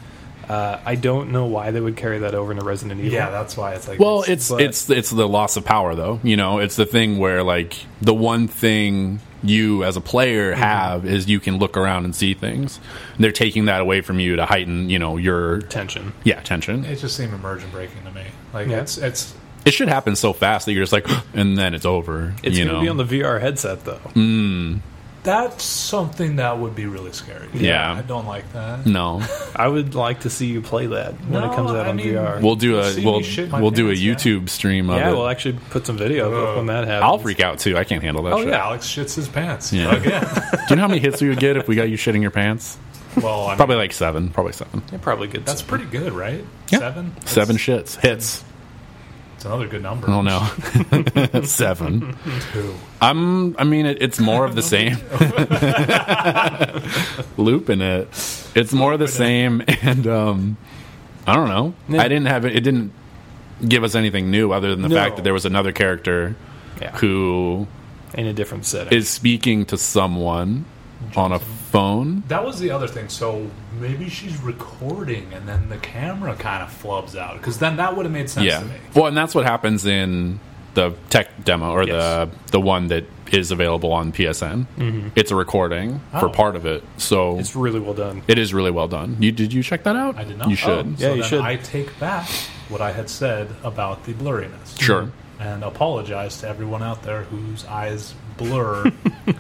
Uh, I don't know why they would carry that over into Resident Evil. Yeah, that's why it's like. Well, it's but- it's it's the loss of power though. You know, it's the thing where like the one thing you as a Mm-hmm. player have is you can look around and see things. They're taking that away from you to heighten, you know, your tension. yeah, tension. it just seemed immersion breaking to me. Like Yeah. it's it's It should happen so fast that you're just like *gasps* and then it's over, It's you going know. Hmm. to be on the VR headset though. that's something that would be really scary. Yeah. I don't like *laughs* that. no. I would like to see you play that when No, it comes out I on mean- VR. We'll do You've a seen we'll me shit my we'll do a pants, YouTube stream of yeah, it. we'll actually put some video up when that happens. I'll freak out too. I can't handle that Oh, shit. yeah. Oh, Alex shits his pants. Yeah. Again. *laughs* Do you know how many hits we would get if we got you shitting your pants? well, I mean, Probably like 7, probably 7. It probably good. that's pretty good, right? Seven. 7 shits. Hits. It's another good number. Oh no. *laughs* 7. Two. I'm. Mm, I mean, it, it's *laughs* more of the same. *laughs* Looping it, it's more of the same, *laughs* and um, I don't know. Yeah. I didn't have it. It didn't give us anything new other than the No. fact that there was another character Yeah. who in a different setting. is speaking to someone on a phone. That was the other thing. So maybe she's recording, and then the camera kind of flubs out because then that would have made sense Yeah. to me. Well, and that's what happens in the tech demo or Yes. Mm-hmm. the the one that is available on PSN. It's a recording Oh. for part of it, so It's really well done. it is really well done. You did you check that out? I did not. You should. Oh, so Yeah, you then should. I take back what I had said about the blurriness. Sure. And apologize to everyone out there whose eyes blur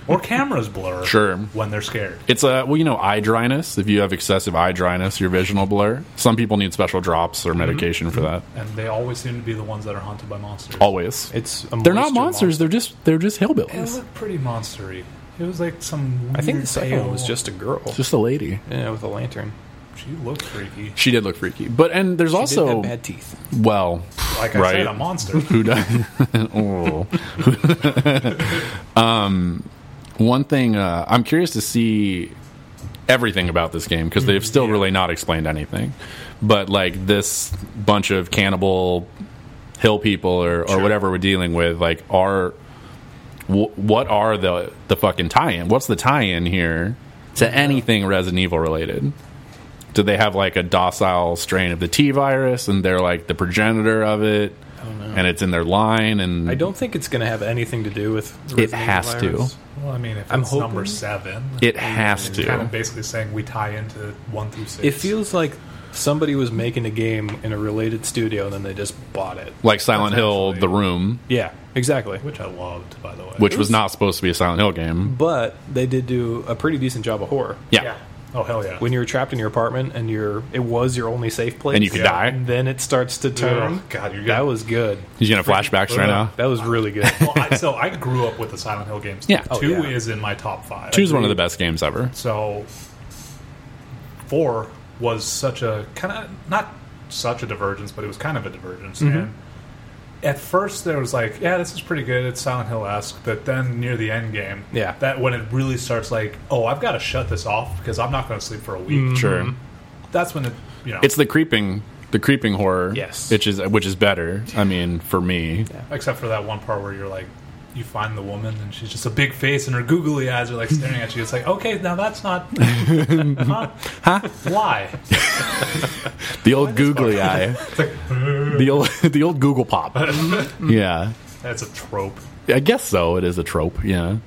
or cameras blur Sure. when they're scared. It's a well, you know, eye dryness. If you have excessive eye dryness, your vision will blur. Some people need special drops Mm-hmm. or medication for that. And they always seem to be the ones that are haunted by monsters. Always. It's a they're not moisture monsters. monster. They're just they're just It hillbillies. looked pretty monstery. It was like some. Weird I think the second one was pale- just a girl. Just a lady. yeah, with a lantern. She looked freaky. She did look freaky, but and there's She did also have bad teeth. well, Like I right. said, a monster. who does? *laughs* oh. um, one thing uh, I'm curious to see everything about this game because they've still really not explained anything. But like this bunch of cannibal hill people or, or whatever we're dealing with, like are wh- what are the the fucking tie-in? What's the tie-in here to anything Resident Evil related? Do they have like a docile strain of the T virus and they're like the progenitor of it? And it's in their line, and I don't think it's going to have anything to do with. It has to. Well, I mean, if I'm it's hoping- number seven, It has it's to. Kind of basically saying we tie into one through six. It feels like somebody was making a game in a related studio and then they just bought it. like Silent Hill, Potentially. The Room, Yeah, exactly. which I loved, by the way. which was not supposed to be a Silent Hill game. But they did do a pretty decent job of horror. Yeah. Oh hell yeah. When you were trapped in your apartment and your it was your only safe place, And you could Yeah. die. and then it starts to turn. Oh, God, you're that gonna- was good. He's gonna flashbacks right now. That was really *laughs* good. well, I, so I grew up with the Silent Hill games. Yeah. two Oh, yeah. is in my top five. Two's one of the best games ever. So four was such a kind of not such a divergence, but it was kind of a divergence. And at first, there was like, yeah, this is pretty good. It's Silent Hill esque, but then near the end game, Yeah. that when it really starts like, oh, I've got to shut this off because I'm not going to sleep for a week. Sure, That's when it, you know, Mm. it's the creeping, the creeping horror. Yes. which is which is better. I mean, for me, except for that one part where you're like. You find the woman, and she's just a big face, and her googly eyes are like staring at you. It's like, okay, now that's not, huh? Why? the old googly eye, the old *laughs* the old Google pop. yeah, That's a trope. I guess so. It is a trope. Yeah,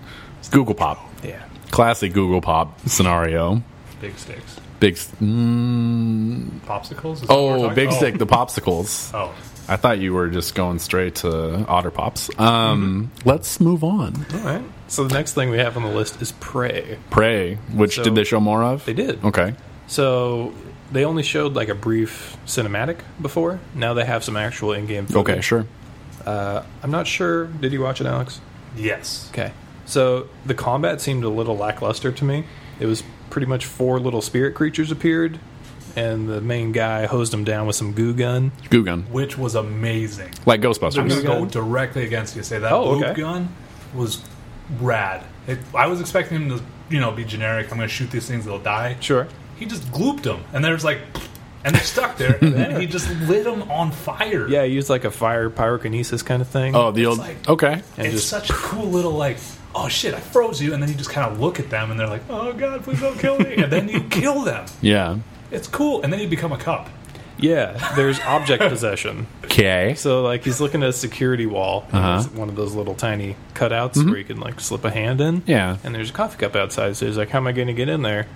Google pop, yeah, classic Google pop scenario. Big sticks. Big s- Popsicles? Is that what we're oh, talking- big oh. stick, the popsicles. Oh. I thought you were just going straight to Otter Pops. Um, Let's move on. all right. So the next thing we have on the list is Prey. Prey, which So- did they show more of? They did. Okay. So they only showed like a brief cinematic before. Now they have some actual in-game. Footage. Okay, sure. I'm not sure. Did you watch it, Alex? Yes. Okay. So the combat seemed a little lackluster to me. It was pretty much four little spirit creatures appeared, and the main guy hosed them down with some goo gun. Goo gun. Which was amazing. Like I'm going Ghostbusters. to Blue go gun? directly against you. Say that Oh, blue okay. gun was rad. It, I was expecting him to, you know, be generic. I'm going to shoot these things, they'll die. Sure. He just glooped them, and there's like, and they're stuck there. and then he *laughs* just lit them on fire. Yeah, he used like a fire pyrokinesis kind of thing. Oh, the old. like- okay. and it's just- such a cool little like. Oh shit! I froze you, and then you just kind of look at them, and they're like, "Oh god, please don't kill me!" And then you kill them. Yeah. It's cool, and then you become a cup. *laughs* Yeah, there's object *laughs* possession. Okay. So like he's looking at a security wall, and Uh-huh. there's one of those little tiny cutouts where you can like slip a hand in. Mm-hmm. Yeah. And there's a coffee cup outside, so he's like, "How am I going to get in there?"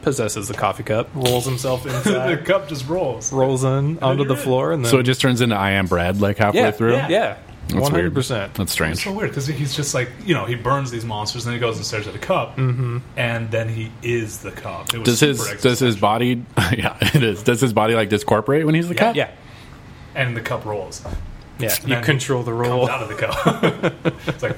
Possesses the coffee cup, rolls *laughs* himself the inside, cup just rolls. rolls in onto you're the in. floor, and then So it just turns into I am Brad like halfway yeah, through? yeah, yeah, That's one weird. hundred percent. That's strange. So weird because he's just like you know he burns these monsters and then he goes and stares at a cup and then he is the cup. It was Does his super ex- does his body *laughs* yeah it is does his body like discorporate when he's the cop? Yeah, and the cup rolls comes yeah. And You then control the *laughs* roll. out of the cup. *laughs* it's like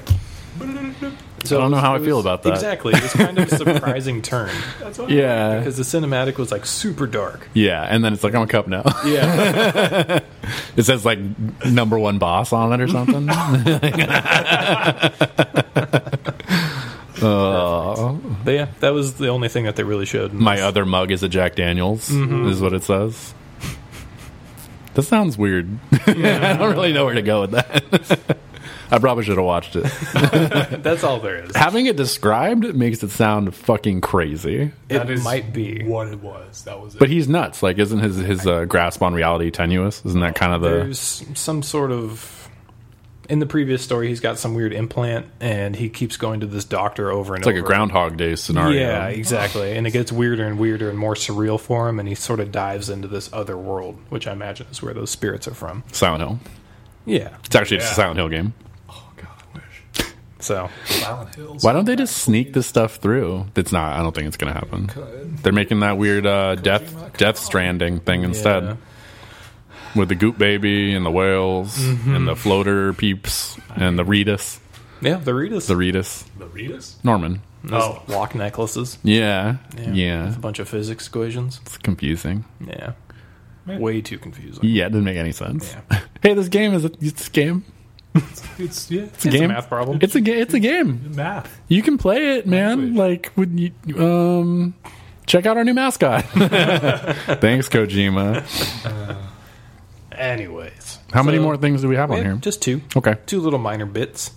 So I don't know it how I was- feel about that. Exactly, it was kind of a *laughs* surprising turn that's what yeah because the cinematic was like super dark. yeah and then it's like I'm a cup now *laughs* Yeah, it says like number one boss on it or something *laughs* but yeah, that was the only thing that they really showed. in My this. other mug is a Jack Daniels, is what it says. That sounds weird. *laughs* I don't really know where to go with that. *laughs* I probably should have watched it. that's all there is. Having it described makes it sound fucking crazy. That it is might be. what it was. That was it. But he's nuts. Like, isn't his his uh, grasp on reality tenuous? Isn't that kind of the There's some sort of in the previous story, he's got some weird implant, and he keeps going to this doctor over and It's like over. a Groundhog Day scenario. Yeah, exactly. And it gets weirder and weirder and more surreal for him, and he sort of dives into this other world, which I imagine is where those spirits are from. Silent Hill. Yeah. It's actually just a Yeah. Silent Hill game. Oh God, I wish. So Silent Hills. Why don't they just sneak this stuff through? It's not. I don't think it's going to happen. They're making that weird uh, death Death Stranding thing instead, Yeah. with the Goop Baby and the whales Mm-hmm. and the floater peeps and the Reedus, yeah, the Rita's the the Reedus, The Ritas? Norman. Oh, lock necklaces. Yeah, yeah, With a bunch of physics equations. it's confusing. Yeah. Way too confusing. Yeah, it didn't make any sense. Yeah. *laughs* hey, this game is a, it's a game. it's yeah, It's a game. math problem. It's a game. It's a game. math. You can play it, man. Like, would you? Um, check out our new mascot. *laughs* Thanks, Kojima. Anyways. How many So- more things do we have on Yeah, here? Just two. okay. Two little minor bits.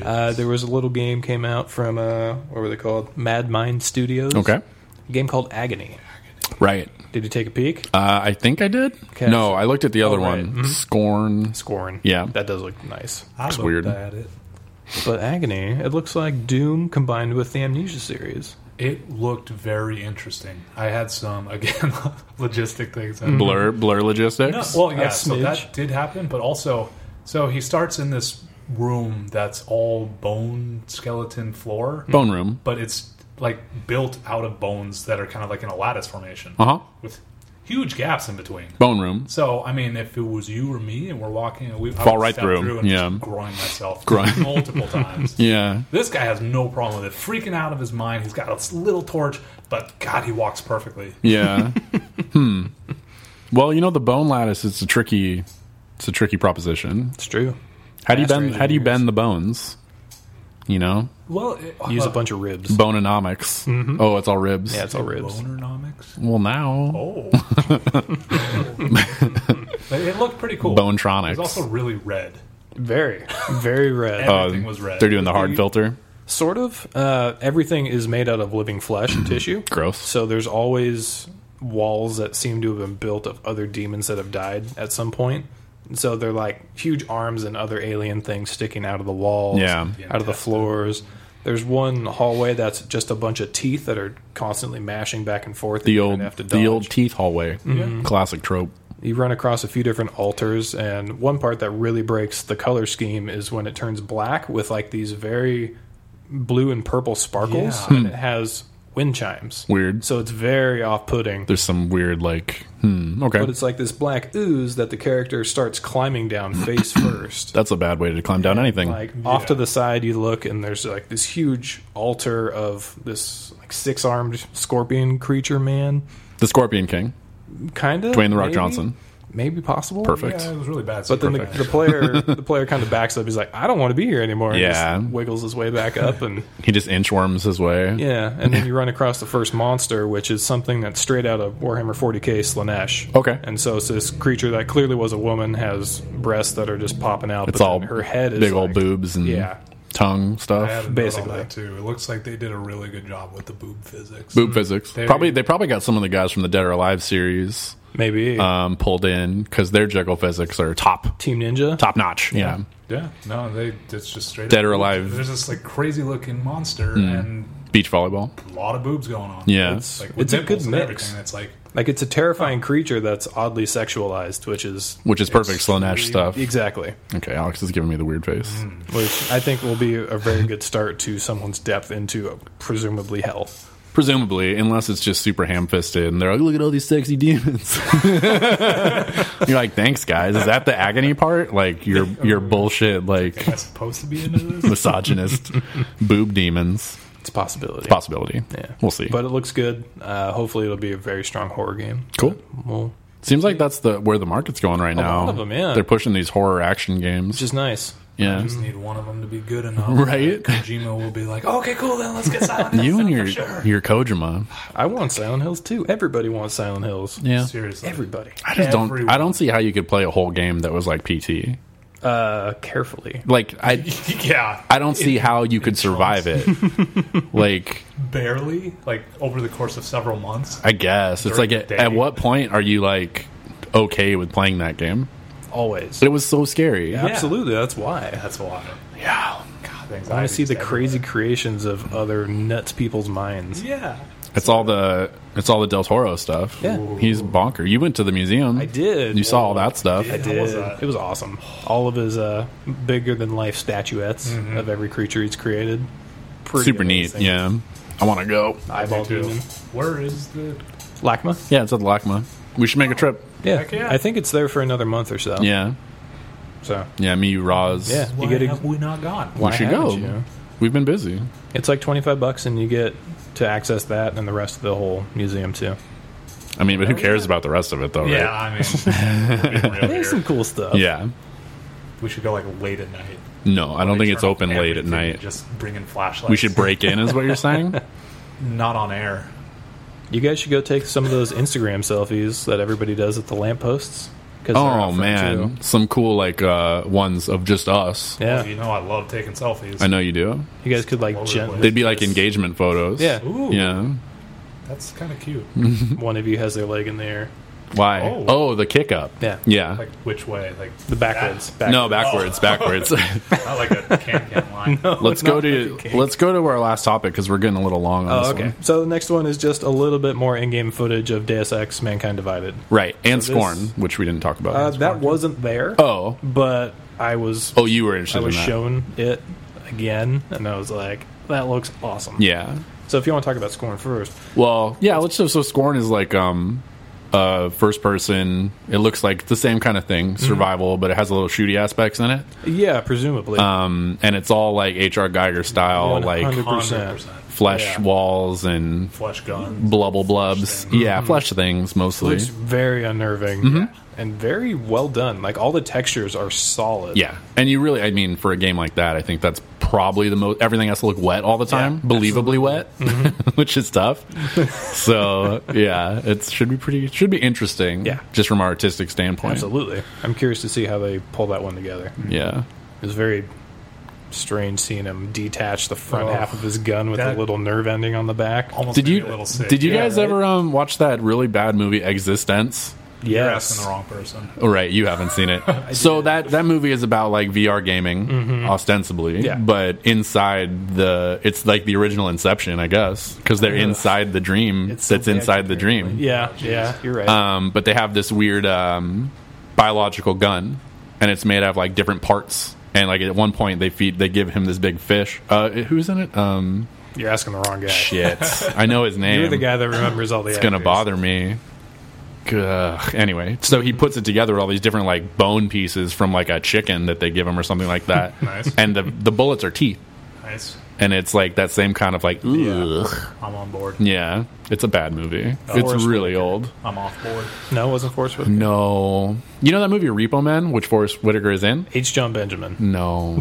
Uh, there was a little game came out from uh, what were they called? Mad Mind Studios. Okay. A game called Agony. Right. Did you take a peek? Uh, I think I did. Okay. No, I looked at the other Oh, right. Mm-hmm. one. Scorn. Scorn. Yeah. That does look nice. I It's looked weird. at it. But Agony, it looks like Doom combined with the Amnesia series. It looked very interesting. I had some *laughs* again logistic things. Blur. Mm-hmm. Blur No, logistics. well, yeah, A so smidge. that did happen, but also, so he starts in this room that's all bone skeleton floor, Bone room. but it's like built out of bones that are kind of like in a lattice formation Uh huh. with huge gaps in between. Bone room. So, I mean, if it was you or me and we're walking, we Fall right through, and yeah. just groin myself Groin. multiple times. Yeah. This guy has no problem with it. Freaking out of his mind. He's got a little torch, but God, he walks perfectly. *laughs* Yeah. hmm. Well, you know the bone lattice. It's a tricky. It's a tricky proposition. It's true. How do you Master bend? How do you engineers. bend the bones? You know, Well, it, Use a uh, bunch of ribs. boneonomics. Mm-hmm. Oh, it's all ribs. Yeah, it's all ribs. Bonernomics. Well, now Oh. *laughs* But it looked pretty Oh. cool. It bonetronics. was also really red. Very, very *laughs* red. Uh, everything was red. They're doing the hard filter. sort of. Uh, everything is made out of living flesh *clears throat* and tissue. Gross. So there's always walls that seem to have been built of other demons that have died at some point. And so they're like huge arms and other alien things sticking out of the walls, Yeah. out of the floors. There's one hallway that's just a bunch of teeth that are constantly mashing back and forth. that the you're gonna old have to the old dodge. Mm-hmm. teeth hallway classic trope you run across a few different altars and one part that really breaks the color scheme is when it turns black with like these very blue and purple sparkles Yeah. and it has wind chimes Hmm. weird so it's very off-putting there's some weird like hmm okay but it's like this black ooze that the character starts climbing *clears throat* down face first that's a bad way to climb down anything like off to the side you look and there's like this huge altar of this like six-armed scorpion creature man the scorpion king kind of Dwayne The Rock Johnson. maybe possible perfect Yeah, it was really bad. But then the, the *laughs* player, the player kind of backs up. He's like, "I don't want to be here anymore." And Yeah. just wiggles his way back up, *laughs* and he just inchworms his way yeah, and then you run across the first monster, which is something that's straight out of Warhammer 40k Slanesh. Okay. and so it's this creature that clearly was a woman has breasts that are just popping out. it's but all then her head is big old like- boobs and Yeah. tongue I had a note stuff on basically. that, too. It looks like they did a really good job with the boob physics. boob physics They- probably they probably got some of the guys from the dead or alive series Maybe um, pulled in because their jiggle physics are top Team Ninja. top notch yeah, Yeah, no, they it's just straight Dead up or boobs. alive. There's this like crazy looking monster and beach volleyball a lot of boobs going on. yeah It's- like with a nipples good and mix. everything. Oh. It's like Like it's a terrifying creature that's oddly sexualized, which is which is perfect slow nash extreme- stuff exactly. okay alex is giving me the weird face Mm. Which I think will be a very good start to someone's depth into presumably hell. Presumably, unless it's just super ham fisted and they're like, look at all these sexy demons. *laughs* you're like, thanks guys. Is that the agony part? Like you're you're bullshit like am I supposed to be into *laughs* this? misogynist boob demons. It's a possibility. Possibility. Yeah. We'll see. But it looks good. Uh, hopefully, it'll be a very strong horror game. cool. Well, Seems like that's the where the market's going right now. lot of 'em, yeah. They're pushing these horror action games. which is nice. yeah. Just need one of them to be good enough, Right? Kojima will be like, okay, cool, then *laughs* let's get Silent Hill You and *laughs* for your sure. your Kojima. I want Silent Hills too. Everybody wants Silent Hills. Yeah. Seriously, Everybody. I just don't Everyone. I don't see how you could play a whole game that was like PT. Uh, carefully. Like I *laughs* yeah, I don't see how you could survive it. like barely like over the course of several months. I guess it's During like at, the day. at what point are you like okay with playing that game? always. It was so scary. Absolutely, that's why. That's a lot. Yeah. God, I want to see the crazy creations of other nuts people's minds. Yeah. It's all the it's all the Del Toro stuff. Yeah. He's bonker. You went to the museum. I did. You saw all that stuff. I Yeah. did. How was that? It was awesome. All of his uh, bigger than life statuettes Mm-hmm. of every creature he's created. Pretty Super neat. amazing. Yeah. I want to go. Eyeball demon. Where is the? Lakma. Yeah, it's at LACMA. We should make a trip. Yeah. Heck yeah. I think it's there for another month or so. Yeah. So Yeah, me, you, Roz. Yeah. Why You get a- have we not gone? We Why should haven't go. you? We've been busy. it's like twenty five bucks, and you get to access that and the rest of the whole museum too. I mean, but who cares about the rest of it, though, Oh, Yeah, right? *laughs* I mean, being real here, There's some cool stuff. Yeah. we should go like late at night. No, I don't Like, think it's turn open off late at everything and night. Just bring in flashlights. We should break in, is what you're *laughs* saying? not on air. You guys should go take some of those Instagram selfies that everybody does at the lampposts. 'cause they're out oh, front, too. man. Some cool, like, uh, ones of just us. Yeah, Well, you know I love taking selfies. I know you do. you guys could like Lower gently. They'd be like engagement photos. Yeah. Ooh, Yeah. that's kind *laughs* of cute. One of you has their leg in the air. Why? Oh. Oh, the kick up. Yeah. Yeah. Like which way? Like The backwards. Back. no, *laughs* backwards, backwards. not like a can can *laughs* line. *laughs* let's go to let's go to our last topic because we're getting a little long on Oh, this okay. one. So the next one is just a little bit more in-game footage of Deus Ex: Mankind Divided. Right, and So Scorn, this- which we didn't talk about. Uh, that wasn't there. oh, but I was oh, you were I interested in was that. shown it again, and I was like, that looks awesome. Yeah. So if you want to talk about Scorn first, Well, yeah. Let's just so Scorn is like um, uh, first person. It looks like the same kind of thing, Mm-hmm. survival, but it has a little shooty aspects in it, yeah, presumably, um, and it's all like H.R. Geiger style, like 100%. Hundred percent flesh Yeah. walls and flesh guns. blubble blubs. Yeah, flesh things mostly. looks very unnerving Mm-hmm. and very well done. Like all the textures are solid. Yeah, and you really, I mean, for a game like that, I think that's probably the most. Everything has to look wet all the time, believably wet, *laughs* which is tough. so yeah, it should be pretty. Should be interesting. Yeah. just from an artistic standpoint. absolutely. I'm curious to see how they pull that one together. Yeah, It was very strange seeing him detach the front Oh, half of his gun with that- Oh, a little nerve ending on the back. Almost did made you me a little sick. did you Yeah, guys right? ever um, watch that really bad movie Existence? You're yes. asking the wrong person. Oh, right, you haven't *laughs* seen it. so that that movie is about like VR gaming, ostensibly. Mm-hmm. Yeah. but inside the it's like the original Inception, I guess, because they're inside the dream It's so that's inside the dream. Yeah, yeah, you're right. um, but they have this weird um, biological gun, and it's made out of like different parts. And like at one point, they feed they give him this big fish. Uh, who's in it? Um, you're asking the wrong guy. *laughs* shit, I know his name. You're the guy that remembers all the. *laughs* It's gonna bother me. Ugh. Anyway, so he puts it together with all these different like bone pieces from like a chicken that they give him or something like that. Nice. And the the bullets are teeth, Nice. and it's like that same kind of like ugh. I'm on board. Yeah, it's a bad movie. it's Forrest really old. I'm off board. No, it wasn't Forrest Whitaker. No, you know that movie Repo Man, which Forrest Whitaker is in. H. John Benjamin. No,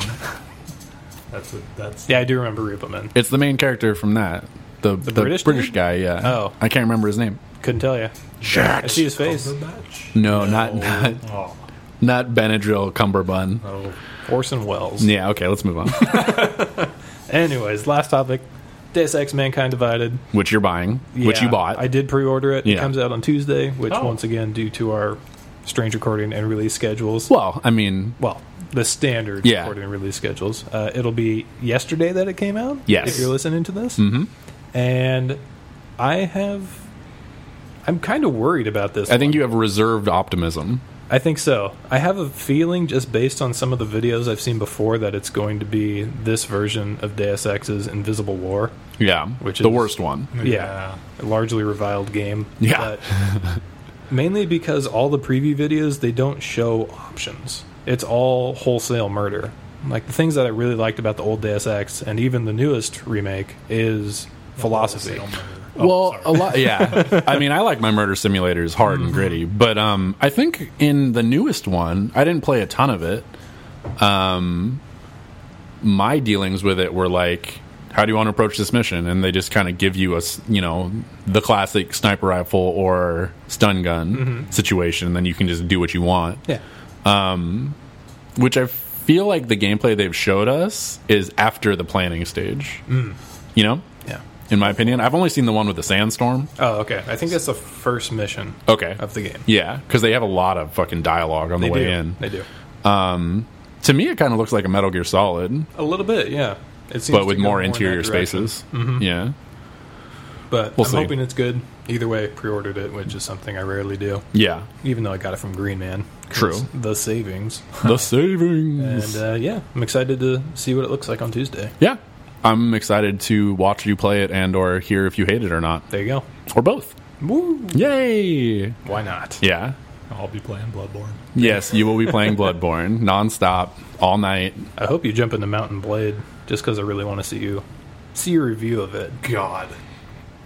That's a, that's Yeah, I do remember Repo Man. it's the main character from that. The, the, British, British guy, yeah. Oh. I can't remember his name. Couldn't tell you. I see his face. match. No, not not Oh not Benadryl Cumberbun. no. Orson Welles. Yeah, okay, let's move on. Anyways, last topic. Deus Ex: Mankind Divided, which you're buying, which Yeah, you bought. I did pre-order it. It Yeah. comes out on Tuesday, which Oh. once again, due to our strange recording and release schedules, well, I mean, well, the standard Yeah. recording and release schedules. Uh, it'll be yesterday that it came out. Yes. if you're listening to this, mm-hmm. and I have, I'm kind of worried about this. I think you have reserved optimism. I think so. I have a feeling, just based on some of the videos I've seen before, that it's going to be this version of Deus Ex's Invisible War. Yeah, Which the is- worst one. Yeah. A largely reviled game. Yeah. But mainly because all the preview videos, they don't show options. It's all wholesale murder. Like the things that I really liked about the old Deus Ex and even the newest remake is philosophy. *laughs* well, a lot. Yeah, I mean, I like my murder simulators hard Hmm. and gritty, but um, I think in the newest one, I didn't play a ton of it. Um, my dealings with it were like, how do you want to approach this mission? And they just kind of give you a, s- you know, the classic sniper rifle or stun gun Mm-hmm. situation, and then you can just do what you want. Yeah. which I feel Mm. like the gameplay they've showed us is after the planning stage. You know, Yeah. in my opinion. I've only seen the one with the sandstorm. Oh, okay. I think that's the first mission Okay. of the game. Yeah, because they have a lot of fucking dialogue on They the way do. in. They do. To me, it kind of looks like a Metal Gear Solid, A little bit, yeah. It seems but with to go more in that interior direction. Mm-hmm. spaces. Yeah, But We'll I'm see. hoping it's good. Either way, pre-ordered it, which is something I rarely do, *laughs* yeah. even though I got it from Green Man. 'cause True. The savings. The savings. And uh, yeah, I'm excited to see what it looks like on Tuesday. yeah, I'm excited to watch you play it and or hear if you hate it or not, There you go. or both. Woo. Yay! Why not? Yeah. I'll be playing Bloodborne. Yes, you will *laughs* be playing Bloodborne nonstop all night. I hope you jump into Mountain Blade just because I really want to see you see your review of it. God,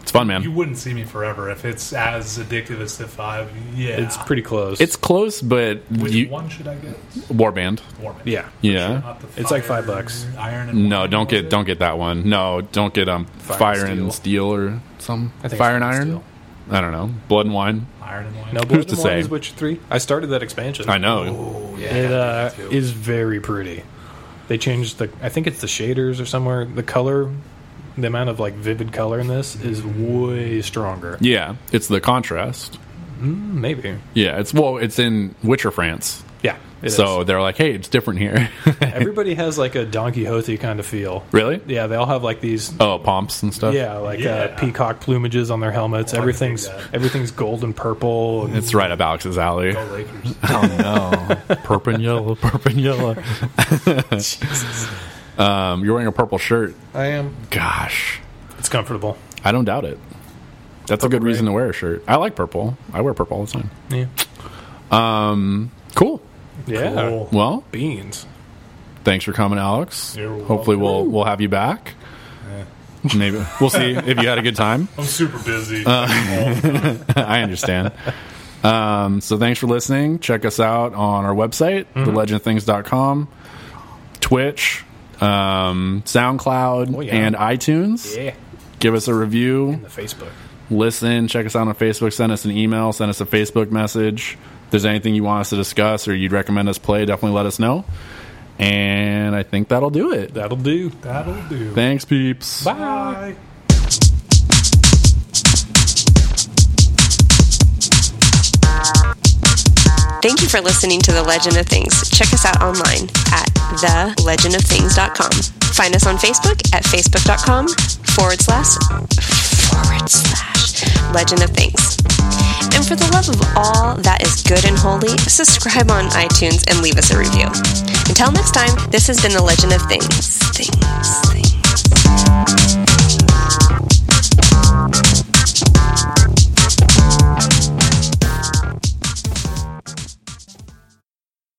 It's fun, man. you wouldn't see me forever if it's as addictive as Civ Five. Yeah, It's pretty close. It's close, but Which you, one should I get? Warband. Warman. yeah. Yeah. Not the It's like fire five bucks. and Iron. And No, Warman, don't was get it? don't get that one. No, don't get um Fire fire, and and steel or some I think fire and it's iron. Steel. I don't know. Blood and wine. Iron and Warman. No, Who's Blood to and Wine say? is Witcher Three. I started that expansion. I know. Oh yeah, It uh, me too. is very pretty. They changed the. I think it's the shaders or somewhere. The color, the amount of like vivid color in this is way stronger. Yeah, it's the contrast. Maybe. Yeah, it's well, it's in Witcher France. Yeah. it is. *laughs* so they're like, hey, it's different here. *laughs* everybody has like a Don Quixote kind of feel. really? Yeah, they all have like these. Oh, pomps and stuff. Yeah, like Yeah. Uh, peacock plumages on their helmets. I wanted to think everything's that. everything's gold and purple. And it's right up Alex's alley. Go Lakers. *laughs* Oh no, purple and yellow, purple *laughs* and yellow. *laughs* um, you're wearing a purple shirt. I am. Gosh, It's comfortable. I don't doubt it. That's a good reason to wear a shirt. I like purple. I wear purple all the time. Yeah. Cool. Yeah. Cool. Well, Beans. thanks for coming, Alex. You're Hopefully, we'll we'll have you back. Maybe we'll see if you had a good time. *laughs* I'm super busy. Uh, *laughs* I understand. Um, so thanks for listening. Check us out on our website, Mm-hmm. thelegendthings.com, Twitch, um, SoundCloud, Oh, yeah. and iTunes. Yeah. Give us a review. The Facebook. Listen. Check us out on Facebook. Send us an email. Send us a Facebook message. If there's anything you want us to discuss or you'd recommend us play, definitely let us know. And I think that'll do it. That'll do. That'll do. Thanks, peeps. Bye. Thank you for listening to The Legend of Things. Check us out online at thelegendofthings.com. Find us on Facebook at facebook.com forward slash forward slash legend of things. And for the love of all that is good and holy, subscribe on iTunes and leave us a review. Until next time, this has been The Legend of Things. Things, things.